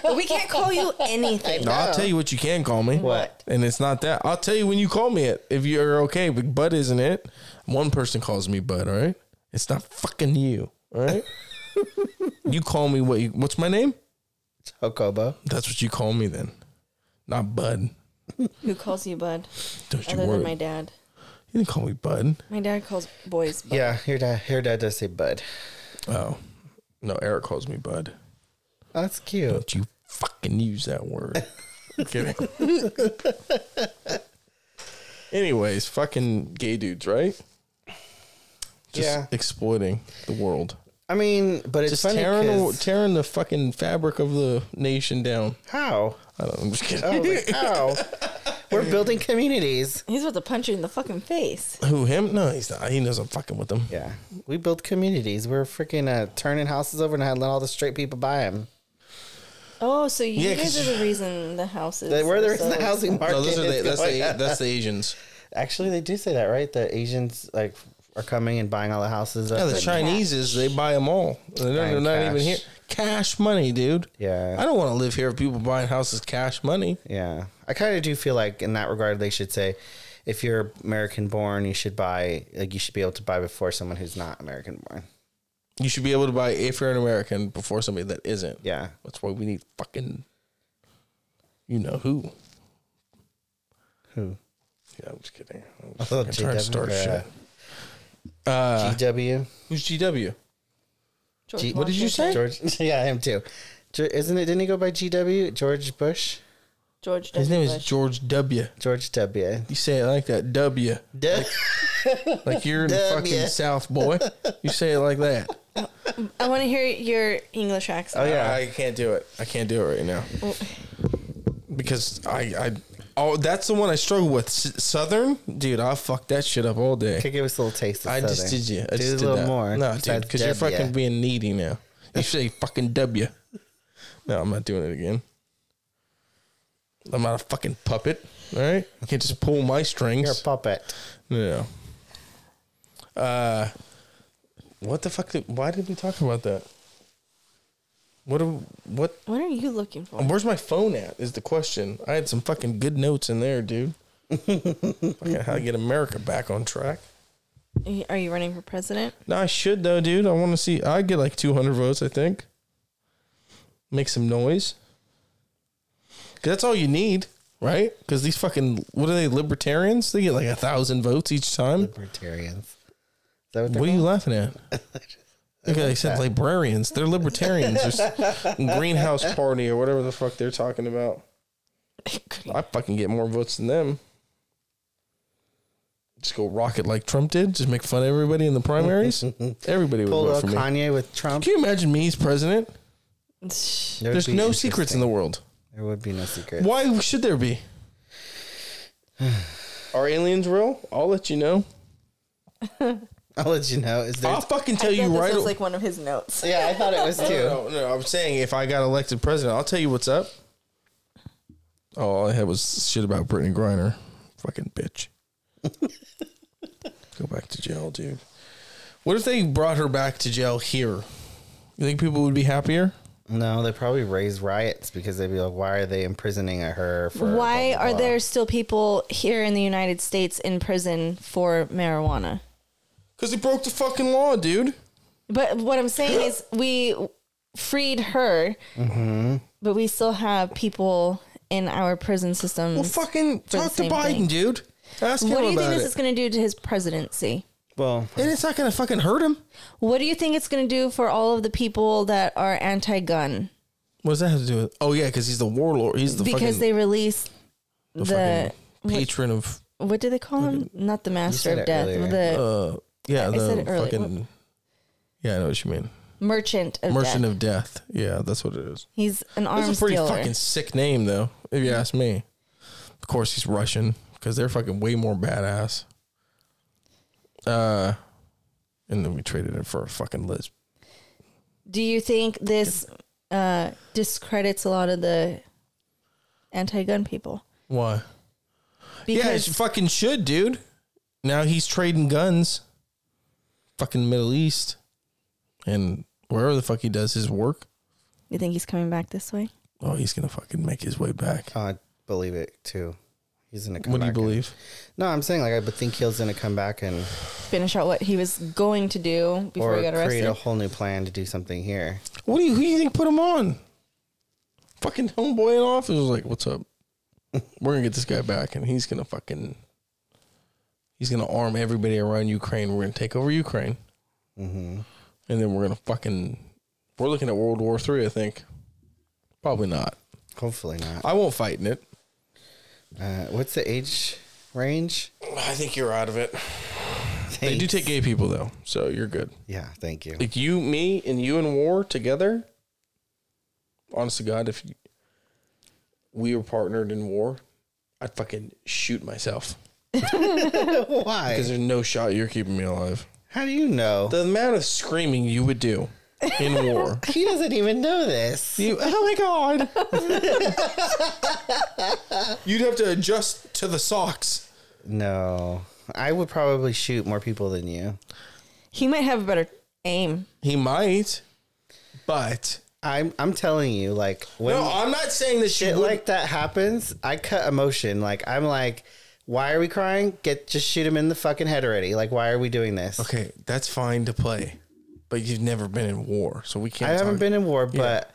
D: But we can't call you anything.
A: no. I'll tell you what you can call me.
C: What?
A: And it's not that. I'll tell you when you call me it if you're okay. But bud isn't it. One person calls me bud. All right. It's not fucking you. All right. you call me what? You, what's my name?
C: Chocobo.
A: That's what you call me then. Not Bud.
D: Who calls you bud?
A: Don't you
D: Other
A: worry.
D: than my dad.
A: You didn't call me bud.
D: My dad calls boys. But
C: Yeah, your dad, your dad does say bud.
A: Oh. No, Eric calls me bud.
C: Oh, that's cute.
A: Don't you fucking use that word. I'm kidding. Anyways, fucking gay dudes, right? Just
C: Yeah.
A: exploiting the world.
C: I mean, but it's
A: Just
C: funny
A: tearing the,
C: 'cause-
A: tearing the fucking fabric of the nation down.
C: how
A: I don't know. I'm just kidding.
C: I was like, how we're building communities.
D: He's about to punch you in the fucking face.
A: Who him? No, he's not. He knows I'm fucking with him.
C: Oh. Yeah, we build communities. We're freaking uh, turning houses over and had let all the straight people buy them.
D: Oh, so you
A: Yeah,
D: guys
A: 'cause-
D: are the reason the house is.
C: They were there in
D: so-
C: the housing market.
A: No, those are the,
C: is
A: that's
C: going
A: the
C: up.
A: that's the Asians.
C: Actually, they do say that, right? The Asians like are coming and buying all the houses. up
A: Yeah, the
C: and-
A: Chinese is they buy them all. They're, they're
C: Buying
A: not even
C: cash.
A: here. Cash money, dude.
C: Yeah.
A: I don't want to live here if people buying houses cash money.
C: Yeah, I kind of do feel like in that regard they should say, if you're American born, you should buy like you should be able to buy before someone who's not American born.
A: You should be able to buy if you're an American before somebody that isn't.
C: Yeah,
A: That's why we need fucking you know who.
C: who?
A: Yeah, I'm just kidding. I'm
C: I thought
A: fucking trying to
C: GW
A: start
C: or,
A: shit.
C: uh,
A: Uh,
C: GW.
A: who's GW?
D: George
C: Gee, what did
A: you say?
C: George. yeah, him too. Ge- Isn't it? Didn't he go by GW? George Bush.
D: George.
A: His
D: W.
A: name is
D: Bush.
A: George W.
C: George W.
A: You say it like that, W.
C: D-
A: Like you're in the
C: W.
A: fucking South, boy. You say it like that.
D: I want to hear your English accent.
C: oh yeah.
A: I can't do it. I can't do it right now because I, I, oh, that's the one I struggle with. S- Southern, dude, I'll fuck that shit up all day.
C: Could give us a little taste. Of
A: I just
C: Southern.
A: did you. I
C: Do
A: just
C: a
A: did
C: little
A: that.
C: more.
A: No, dude,
C: besides
A: because you're
C: W.
A: fucking being needy now. You say fucking W. No, I'm not doing it again. I'm not a fucking puppet. All right, you can't just pull my strings.
C: You're a puppet.
A: Yeah. Uh, what the fuck? Did, why did we talk about that? What? do- What?
D: What are you looking for?
A: Where's my phone at? Is the question. I had some fucking good notes in there, dude. Fucking how to get America back on track?
D: Are you running for president?
A: No, I should though, dude. I want to see. I get like 200 votes, I think. Make some noise. 'Cause that's all you need, right? Because these fucking what are they? Libertarians? They get like a thousand votes each time.
C: Libertarians. Is that what they're
A: What are you laughing at? Okay, they said librarians. They're libertarians. There's greenhouse party or whatever the fuck they're talking about. I fucking get more votes than them. Just go rock it like Trump did. Just make fun of everybody in the primaries. Everybody would
C: pulled
A: vote
C: up
A: for me.
C: Kanye with Trump?
A: Can you imagine me as president?
C: That would
A: There's
C: be
A: no secrets in the world.
C: interesting. There would be no secrets.
A: Why should there be? Are aliens real? I'll let you know.
C: I'll let you know. Is there?
A: I'll fucking tell you right.
D: was like one of his notes.
C: Yeah, I thought it was too.
A: No, no, I'm saying if I got elected president, I'll tell you what's up. Oh, all I had was shit about Brittany Griner. Fucking bitch. Go back to jail, dude. What if they brought her back to jail here? You think people would be happier?
C: No, they probably raise riots because they'd be like, "Why are they imprisoning her for?"
D: Why
C: blah, blah,
D: are
C: blah?"
D: there still people here in the United States in prison for marijuana?
A: Because they broke the fucking law, dude.
D: But what I'm saying is, we freed her,
A: Mm-hmm.
D: but we still have people in our prison systems.
A: Well, fucking
D: the
A: talk to
D: same
A: Biden,
D: thing.
A: dude. Ask him
D: what do you
A: about
D: think this
A: it.
D: is going to do to his presidency?
C: Well,
A: and it's not going to fucking hurt him.
D: What do you think it's going to do for all of the people that are anti-gun
A: What does that have to do with? Oh yeah, because he's the warlord. He's the
D: because
A: fucking,
D: they released the,
A: fucking patron of
D: what do they call him? Not the master
C: said
D: of
C: it
D: death,
C: earlier.
D: the
A: uh yeah the
D: said it earlier.
A: fucking yeah i know what you mean
D: merchant of
A: merchant
D: death.
A: of death yeah that's what it is
D: He's an
A: that's a
D: arms
A: pretty
D: dealer.
A: fucking sick name though if you ask me of course he's russian because they're fucking way more badass uh and then we traded it for a fucking lisp
D: Do you think this uh, discredits a lot of the anti-gun people?
A: why yeah it fucking should dude now he's trading guns fucking middle east and wherever the fuck he does his work
D: you think he's coming back this way?
A: oh he's gonna fucking make his way back
C: I believe it too. He's gonna come
A: what do
C: back.
A: you believe
C: and- no, I'm saying like I would think he's gonna come back and
D: Finish out what he was going to do before
C: or
D: he got
C: create
D: arrested.
C: a whole new plan to do something here.
A: What do you who do you think put him on? Fucking homeboy in office was like, "What's up? We're gonna get this guy back, and he's gonna fucking He's going to arm everybody around Ukraine. We're going to take over Ukraine. And then we're going to fucking. We're looking at World War Three, I think. Probably not.
C: Hopefully not.
A: I won't fight in it.
C: Uh, what's the age range?
A: I think you're out of it. They do
C: Thanks.
A: take gay people, though. So you're good.
C: Yeah, thank you.
A: Like you, me, and you in war together. Honest to God, if you, we were partnered in war, I'd fucking shoot myself because
C: Why?
A: there's no shot you're keeping me alive.
C: How do you know?
A: The amount of screaming you would do in war.
C: he doesn't even know this.
A: You, oh my god! You'd have to adjust to the socks.
C: No, I would probably shoot more people than you.
D: He might have a better aim.
A: He might, but
C: I'm I'm telling you, like when
A: no, I'm not saying this shit.
C: shit
A: Like
C: like that happens, I cut emotion. Like I'm like, why are we crying? Get just shoot him in the fucking head already. Like why are we doing this?
A: okay, that's fine to play, but you've never been in war, so we can't.
C: I haven't
A: talk-
C: been in war, but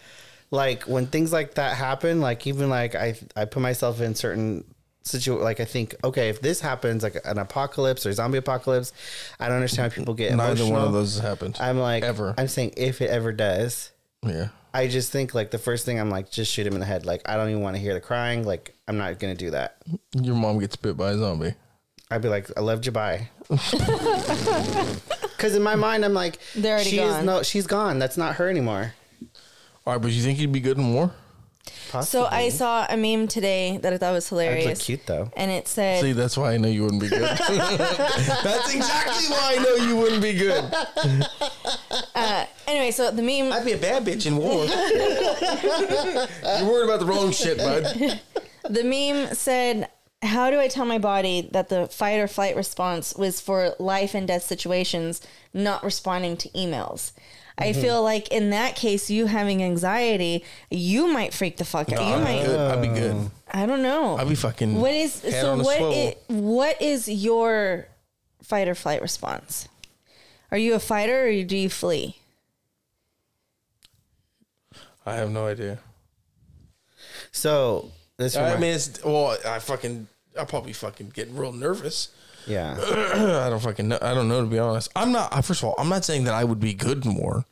C: like when things like that happen, like even like I I put myself in certain situ like I think okay if this happens like an apocalypse or zombie apocalypse, I don't understand how people get
A: Neither
C: emotional.
A: one of those has happened.
C: I'm like
A: Ever.
C: I'm saying if it ever does,
A: yeah.
C: I just think like the first thing I'm like just shoot him in the head. Like I don't even want to hear the crying. Like I'm not gonna do that.
A: Your mom gets bit by a zombie.
C: I'd be like, I love Jabai. Because in my mind, I'm like,
D: They're already
C: she Is,
D: gone.
C: no, she's gone. That's not her anymore.
A: All right, but you think you'd be good in war?
C: Possibly.
D: So I saw a meme today that I thought was
C: I'd
D: hilarious.
C: look cute though.
D: And it said,
A: See, that's why I know you wouldn't be good. that's exactly why I know you wouldn't be good.
D: uh, anyway, so the meme
A: I'd be a bad bitch in war. You're worried about the wrong shit, bud.
D: The meme said, How do I tell my body that the fight or flight response was for life and death situations, not responding to emails? I
C: Mm-hmm.
D: feel like in that case, you having anxiety, you might freak the fuck out. you
A: I'd be
D: might.
A: good. I'd be good.
D: I don't know.
A: I'd be fucking.
D: what is
A: head
D: so?
A: on a
D: What
A: swivel.
D: i- What is your fight or flight response? Are you a fighter or do you flee?
A: I have no idea.
C: So this
A: I
C: remi-
A: mean, it's well, I fucking, I probably fucking get real nervous.
C: yeah.
A: I don't fucking know. I don't know to be honest. I'm not. I- First of all, I'm not saying that I would be good in war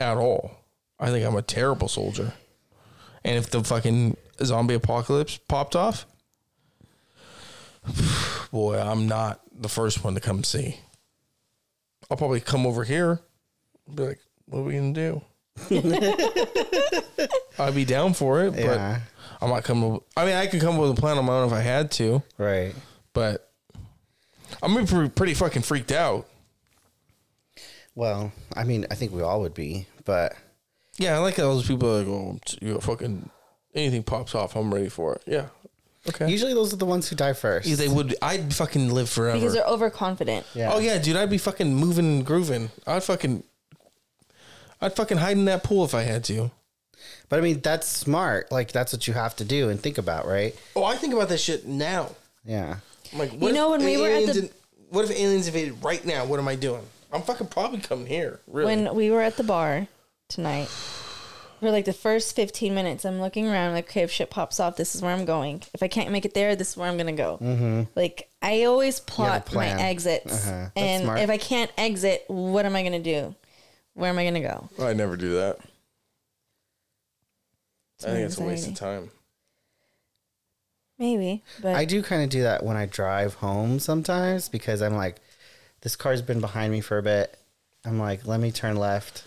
A: at all. I think I'm a terrible soldier. And if the fucking zombie apocalypse popped off, boy, I'm not the first one to come see. I'll probably come over here, and be like, "What are we gonna do?" I'd be down for it,
C: Yeah.
A: but I might come. up- I mean, I could come up with a plan on my own if I had to
C: Right.
A: but I'm gonna be pre- pretty fucking freaked out.
C: Well, I mean, I think we all would be, but
A: Yeah, I like how those people are like, oh, t- you know, fucking anything pops off, I'm ready for it. Yeah, okay.
C: usually those are the ones who die first.
A: they would. I'd fucking live forever.
D: Because they're overconfident.
A: Oh yeah, dude, I'd be fucking moving and grooving. I'd fucking, I'd fucking hide in that pool if I had to.
C: But I mean, that's smart. Like that's what you have to do and think about, right?
A: Oh, I think about that shit now.
C: Yeah.
A: I'm like, what
D: know,
A: if
D: when we were at
A: aliens
D: the-
A: in- what if aliens invaded right now? What am I doing? I'm fucking probably coming here. Really?
D: when we were at the bar tonight for like the first 15 minutes i'm looking around like okay if shit pops off this is where i'm going if i can't make it there this is where i'm gonna go like i always plot my
C: plan.
D: exits
C: Uh-huh. That's
D: and
C: smart.
D: if i can't exit what am i gonna do where am i gonna go
A: I never do that. I
D: my
A: think it's a waste
D: anxiety.
A: of time.
D: maybe but
C: I do kind of do that when I drive home sometimes because I'm like, this car's been behind me for a bit. I'm like, let me turn left.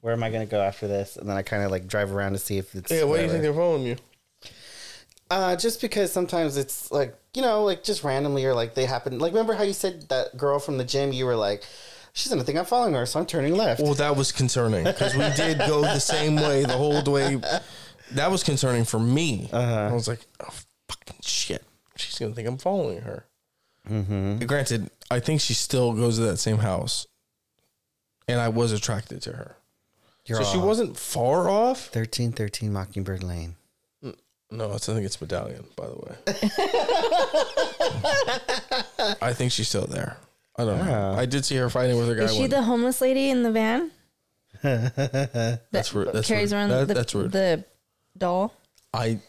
C: Where am I going to go after this? And then I kind of like drive around to see if it's.
A: Yeah, why do you think
C: whatever.
A: they're following you?
C: Uh, just because sometimes it's like, you know, like just randomly or like they happen. Like, remember how you said that girl from the gym, you were like, she's going to think I'm following her, so I'm turning left.
A: Well, that was concerning because we did go the same way the whole way. That was concerning for me. I was like, oh, fucking shit. She's going to think I'm following her. Granted, I think she still goes to that same house. And I was attracted to her. so
C: You're
A: she
C: off.
A: wasn't far off.
C: 1313 Mockingbird Lane.
A: No, it's, I think it's Medallion, by the way. I think she's still there. I don't know. I did see her fighting with her guy.
D: is she
A: one-
D: the homeless lady in the van
A: that's rude. That's
D: carries
A: rude.
D: around
A: That-
D: the,
A: that's rude.
D: the doll
A: I.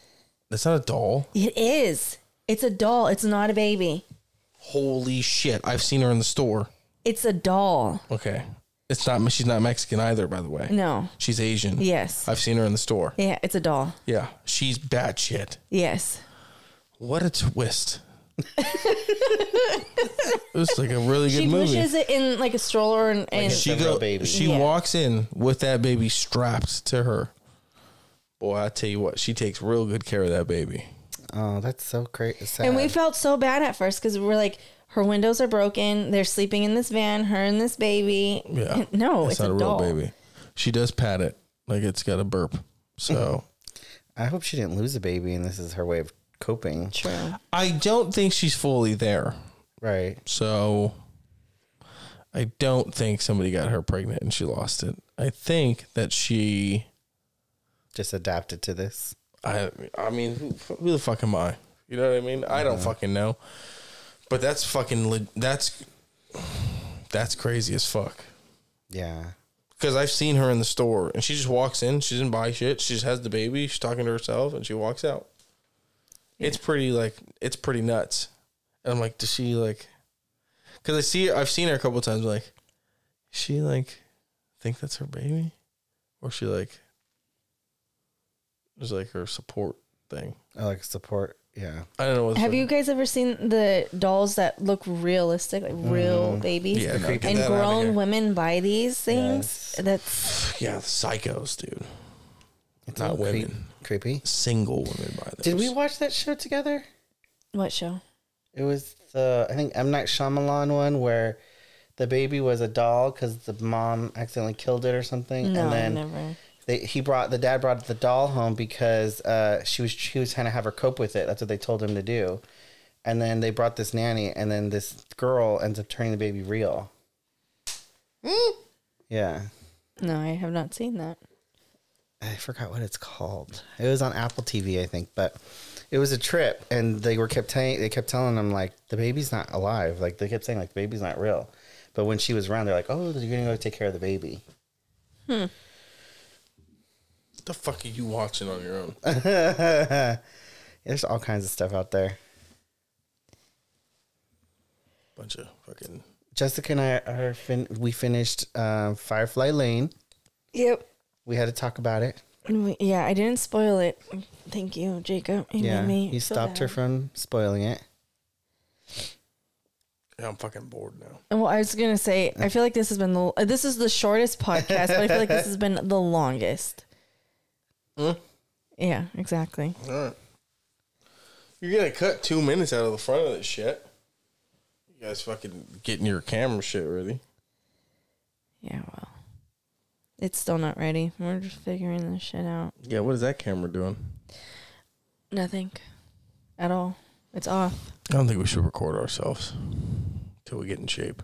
A: That's not a doll.
D: it is it's a doll it's not a baby
A: holy shit, I've seen her in the store.
D: It's a doll.
A: Okay. It's not she's not Mexican either, by the way.
D: No.
A: She's Asian.
D: Yes.
A: I've seen her in the store.
D: Yeah, it's a doll.
A: Yeah. She's batshit.
D: Yes.
A: What a twist. it was like a really good
D: She
A: movie.
D: pushes it in like a stroller and, and
A: she
C: It's a real
A: go,
C: baby.
A: she
D: Yeah.
A: walks in with that baby strapped to her. Boy, I tell you what, she takes real good care of that baby.
C: Oh, that's so crazy.
D: and we felt so bad at first because we were like, her windows are broken. They're sleeping in this van. Her and this baby.
A: Yeah.
D: No, it's, a, doll.
A: baby. She does pat it like it's got a burp. So
C: I hope she didn't lose a baby, and this is her way of coping.
D: True.
A: I don't think she's fully there.
C: Right.
A: So I don't think somebody got her pregnant and she lost it. I think that she
C: Just adapted to this.
A: I I mean who, who the fuck am I? You know what I mean? I don't fucking know. But that's fucking le- that's that's crazy as fuck.
C: Yeah.
A: Because I've seen her in the store and she just walks in. She doesn't buy shit. She just has the baby. She's talking to herself and she walks out. It's pretty like it's pretty nuts. And I'm like, does she like? Because I see I've seen her a couple times. Like, she like think that's her baby, or she like there's like her support thing.
C: I like support. Yeah.
A: I don't know. What
D: Have you guys ever seen the dolls that look realistic, like real babies?
A: Mm. Yeah, no, get
D: and
A: that outta here.
D: grown women buy these things.
C: Yes.
D: That's
A: Yeah, psychos, dude.
C: It's
A: Not
C: a little
A: women.
C: creepy.
A: Single women by those.
C: Did we watch that show together?
D: what show?
C: It was the I think M Night Shyamalan one where the baby was a doll because the mom accidentally killed it or something,
D: No,
C: and then
D: never.
C: they, he brought the dad brought the doll home because uh, she was she was trying to have her cope with it. That's what they told him to do, and then they brought this nanny, and then this girl ends up turning the baby real.
D: Hmm?
C: Yeah,
D: No, I have not seen that.
C: I forgot what it's called. It was on Apple TV, I think, but it was a trip, and they were kept telling they kept telling them like the baby's not alive. Like they kept saying like the baby's not real, but when she was around, they're like, oh, you're gonna go take care of the baby.
A: the fuck are you watching on your own?
C: Uh, There's all kinds of stuff out there.
A: Bunch of fucking.
C: Jessica and I are fin- we finished uh, Firefly Lane.
D: Yep.
C: We had to talk about it.
D: Yeah, I didn't spoil it. Thank you, Jacob. You
C: yeah,
D: made me.
C: you
D: feel
C: stopped her
D: bad.
C: from spoiling it.
A: Yeah, I'm fucking bored now.
D: Well, I was gonna say, I feel like this has been the uh, this is the shortest podcast, but I feel like this has been the longest. Yeah, exactly.
A: All right. You're gonna cut two minutes out of the front of this shit. You guys fucking getting your camera shit ready.
D: Yeah, well, it's still not ready. We're just figuring this shit out.
A: Yeah, what is that camera doing?
D: Nothing, at all. It's off.
A: I don't think we should record ourselves till we get in shape.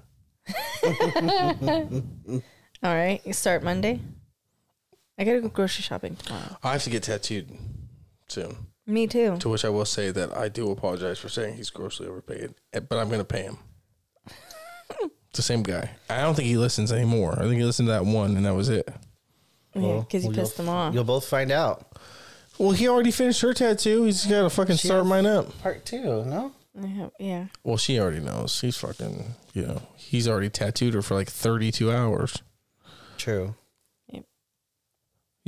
D: All right, you start Monday. I gotta go grocery shopping tomorrow.
A: I have to get tattooed soon.
D: Me too.
A: To which I will say that I do apologize for saying he's grossly overpaid, eh, but I'm gonna pay him. it's the same guy. I don't think he listens anymore. I think he listened to that one, and that was it.
D: Yeah, because you pissed them off.
C: oh, You'll both find out.
A: Well, he already finished her tattoo. He's gotta fucking start mine up.
C: Part two, no?
D: I hope- Yeah.
A: Well, she already knows. He's fucking, you know, he's already tattooed her for like 32 hours.
C: True.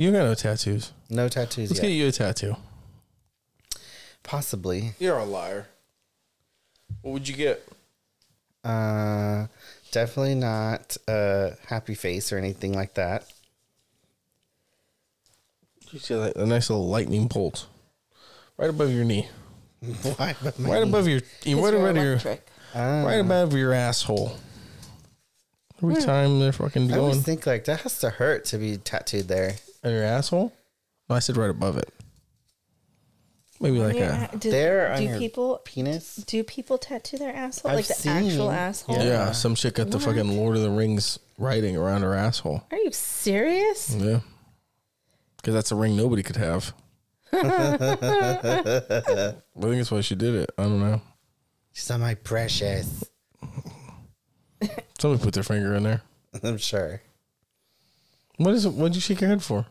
A: You got no tattoos.
C: No tattoos
A: Let's
C: yet.
A: get you a tattoo.
C: Possibly.
A: You're a liar. What would you get?
C: Uh, definitely not a happy face or anything like that.
A: You see like a nice little lightning bolt right above your knee,
C: Why? but my-
A: right above your, right
D: It's
A: above
D: for
A: your,
D: electric.
C: Uh,
A: right above your asshole. Every time they're fucking
C: I always
A: going
C: think like that has to hurt to be tattooed there.
A: at your asshole. No, I said right above it. Maybe like
D: Yeah,
A: a
D: do,
C: There on
D: do
C: your
D: people
C: penis.
D: do people tattoo their asshole
C: I've
D: like the
C: seen-
D: actual asshole?
A: yeah, some shit got the fucking Lord of the Rings writing around her asshole.
D: Are you serious?
A: Yeah. Because that's a ring nobody could have. I think that's why she did it. I don't know.
C: She's not my precious.
A: Somebody put their finger in there.
C: I'm sure.
A: What is it? What did you shake your head for?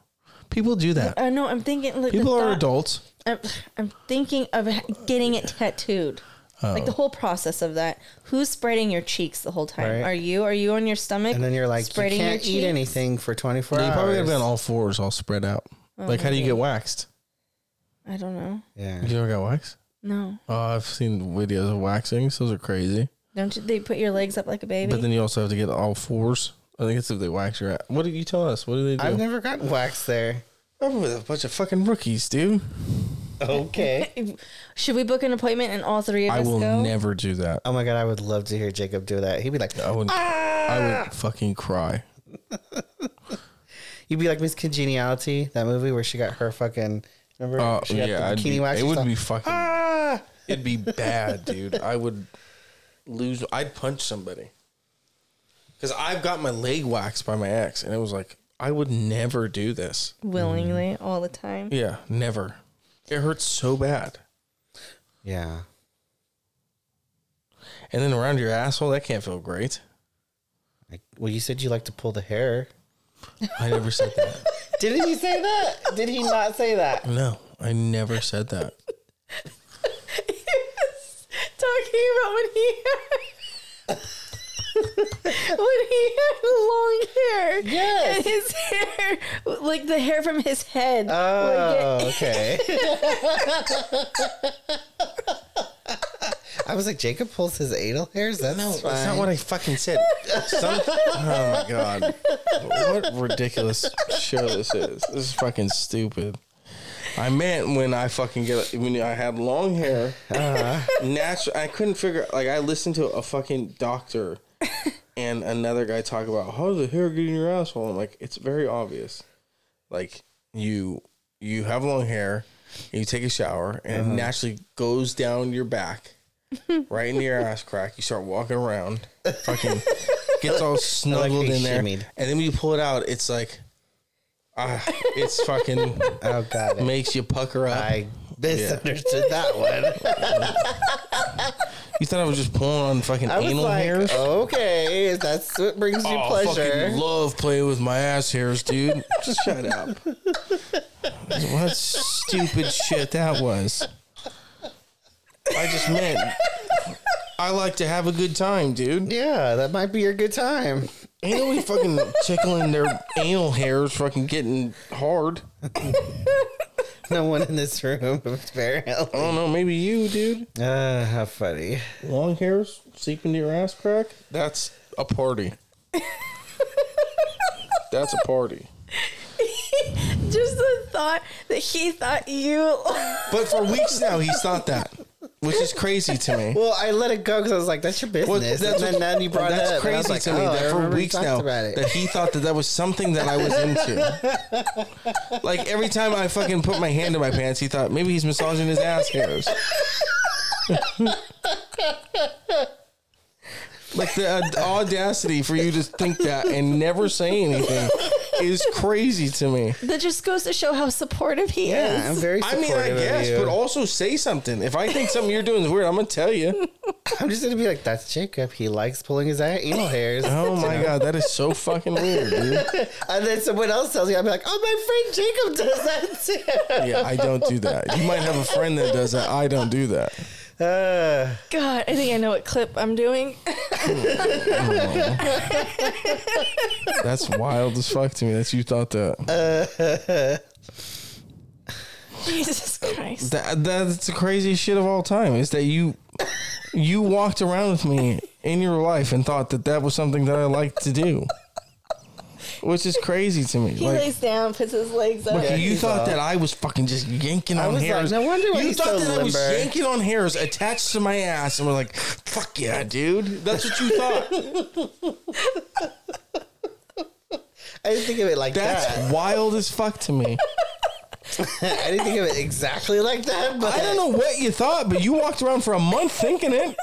A: People do that.
D: Uh, no, I'm thinking. Like, the
A: People are
D: thought-
A: adults.
D: I'm, I'm thinking of getting it tattooed. Like
C: Oh.
D: the whole process of that. Who's spreading your cheeks the whole time?
C: Right.
D: Are you? Are you on your stomach?
C: And then you're like, you
D: spreading your
C: can't eat
D: cheeks?
C: anything for 24
A: you
C: hours.
A: probably gotta be on all fours, all spread out. like, how do you get waxed?
D: I don't know.
C: yeah.
A: You ever got waxed?
D: No,
A: Oh, I've seen videos of waxings. Those are crazy.
D: don't you, they put your legs up like a baby?
A: But then you also have to get all fours. I think it's if they wax your ass. What did you tell us? What do they do?
C: I've never gotten waxed there.
A: I'm with a bunch of fucking rookies, dude.
C: Okay.
D: If- Should we book an appointment and all three of
A: I
D: us
A: will
D: go?
A: never do that.
C: Oh my God, I would love to hear Jacob do that. He'd be like,
A: I would. I
C: Ah!
A: would fucking cry.
C: You'd be like Miss Congeniality, that movie where she got her fucking. Remember?
A: Oh
C: she got
A: yeah, I'd be-
C: wax.
A: it
C: She's
A: would
C: all,
A: be fucking.
C: "Ah!"
A: It'd be bad, dude. I would lose. I'd punch somebody. Because I've got my leg waxed by my ex, and it was like I would never do this.
D: Willingly, all the time.
A: Yeah, never. It hurts so bad.
C: Yeah.
A: And then around your asshole, that can't feel great.
C: Like, well, you said you like to pull the hair.
A: I never said that.
C: Didn't he say that? Did he not say that?
A: No, I never said that.
D: talking about when he had, when he had long hair.
C: Yes.
D: And his hair, like the hair from his head.
A: Uh.
C: Oh,
D: would get-
C: okay. I was like, Jacob pulls his anal hairs. That's
A: No,
C: fine.
A: that's not what I fucking said. Some, oh my god, what ridiculous show this is! This is fucking stupid. I meant when I fucking get when I had long hair, natural. I couldn't figure like I listened to a fucking doctor and another guy talk about how does the hair get in your asshole. I'm like, it's very obvious. Like you you have long hair, and you take a shower, and
C: Uh-huh.
A: it naturally goes down your back right into your ass crack. You start walking around, fucking gets all snuggled
C: we
A: in there,
C: shimmied.
A: and then when you pull it out, it's like, ah, it's fucking
C: oh, God.
A: makes you pucker up.
C: I misunderstood that one.
A: you thought I was just pulling on fucking
C: I was
A: anal
C: like,
A: hairs?
C: okay, if that's what brings you
A: Oh,
C: pleasure.
A: fucking love playing with my ass hairs, dude. Just shut up. What stupid shit that was. I just meant I like to have a good time, dude.
C: yeah, that might be your good time.
A: Ain't nobody fucking tickling their anal hairs fucking getting hard.
C: No one in this room, apparently.
A: I don't know, maybe you, dude.
C: Uh, how funny.
A: Long hairs seeping to your ass crack? That's a party. That's a party.
D: Just the thought that he thought you.
A: But for weeks now, he's thought that, which is crazy to me.
C: Well, I let it go because I was like, that's your business.
A: Well,
C: and then,
A: what-
C: then you brought
A: that's
C: it up. and I
A: crazy
C: was like,
A: to me
C: oh, I
A: that for
C: remember we
A: weeks
C: talked
A: now
C: about it.
A: that he thought that that was something that I was into. like every time I fucking put my hand in my pants, he thought maybe he's massaging his ass hairs. like the uh, audacity for you to think that and never say anything is crazy to me.
D: That just goes to show how supportive he
C: yeah, I'm
D: is.
C: very
A: I
C: supportive
A: mean, I guess,
C: of you.
A: but also say something. If I think something you're doing is weird, I'm gonna tell you.
C: I'm just going to be like, that's Jacob. He likes pulling his a- anal hairs.
A: Oh my god, that is so fucking weird, dude.
C: And then someone else tells you, I'll be like, oh, my friend Jacob does that
A: Yeah, I don't do that. You might have a friend that does that. I don't do that.
C: too. Uh,
D: God, I think I know what clip I'm doing.
A: That's wild as fuck to me that you thought that.
D: Jesus Christ.
A: that that's the craziest shit of all time is that you you walked around with me in your life and thought that that was something that I liked to do. Which is crazy to me.
D: He
A: Like,
D: lays down, puts his legs up.
A: Look, you
C: he's
A: thought
C: up.
A: that I was fucking just yanking on
C: was like,
A: hairs.
C: no wonder why
A: you
C: he's
A: thought
C: so
A: that I was
C: limber.
A: yanking on hairs attached to my ass, and we're like, "Fuck yeah, dude!" That's what you thought.
C: I didn't think of it like that.
A: That's wild as fuck to me.
C: I didn't think of it exactly like that, but
A: I don't know what you thought, but you walked around for a month thinking it.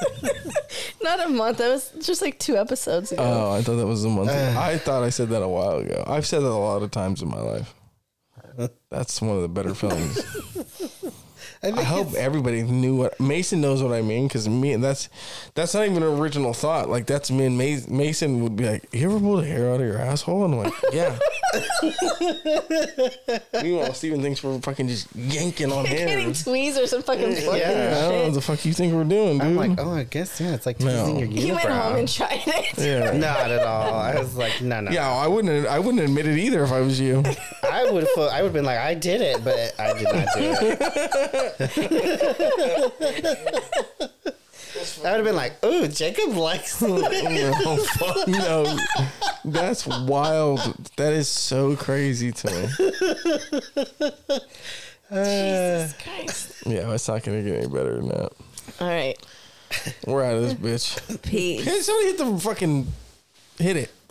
D: Not a month. That was just like two episodes ago.
A: Oh, I thought that was a month. ago. I thought I said that a while ago. I've said that a lot of times in my life. That's one of the better films. I, hope everybody knew what Mason knows what I mean because me and that's that's not even an original thought. Like that's me and Mas- Mason would be like, "You ever pulled a hair out of your asshole?" And I'm like, "Yeah." Meanwhile, Steven thinks we're fucking just yanking on
D: Getting
A: hairs.
D: tweezers or some fucking
A: Yeah, I don't know what the fuck you think we're doing, dude.
C: I'm like, oh, I guess yeah. It's like teasing your
D: He
C: unibrow.
D: went home and tried it.
A: yeah,
C: Not at all. I was like, no, no.
A: yeah. I wouldn't. I wouldn't admit it either if I was you.
C: I would have. I would have been like, I did it, but I did not do it. I would have been like, ooh, Jacob likes.
A: oh fuck no! That's wild. That is so crazy to me.
D: Jesus Christ.
A: Yeah, it's not gonna get any better than that.
D: All right.
A: We're out of this bitch.
D: Peace.
A: Hey, somebody hit the fucking hit it.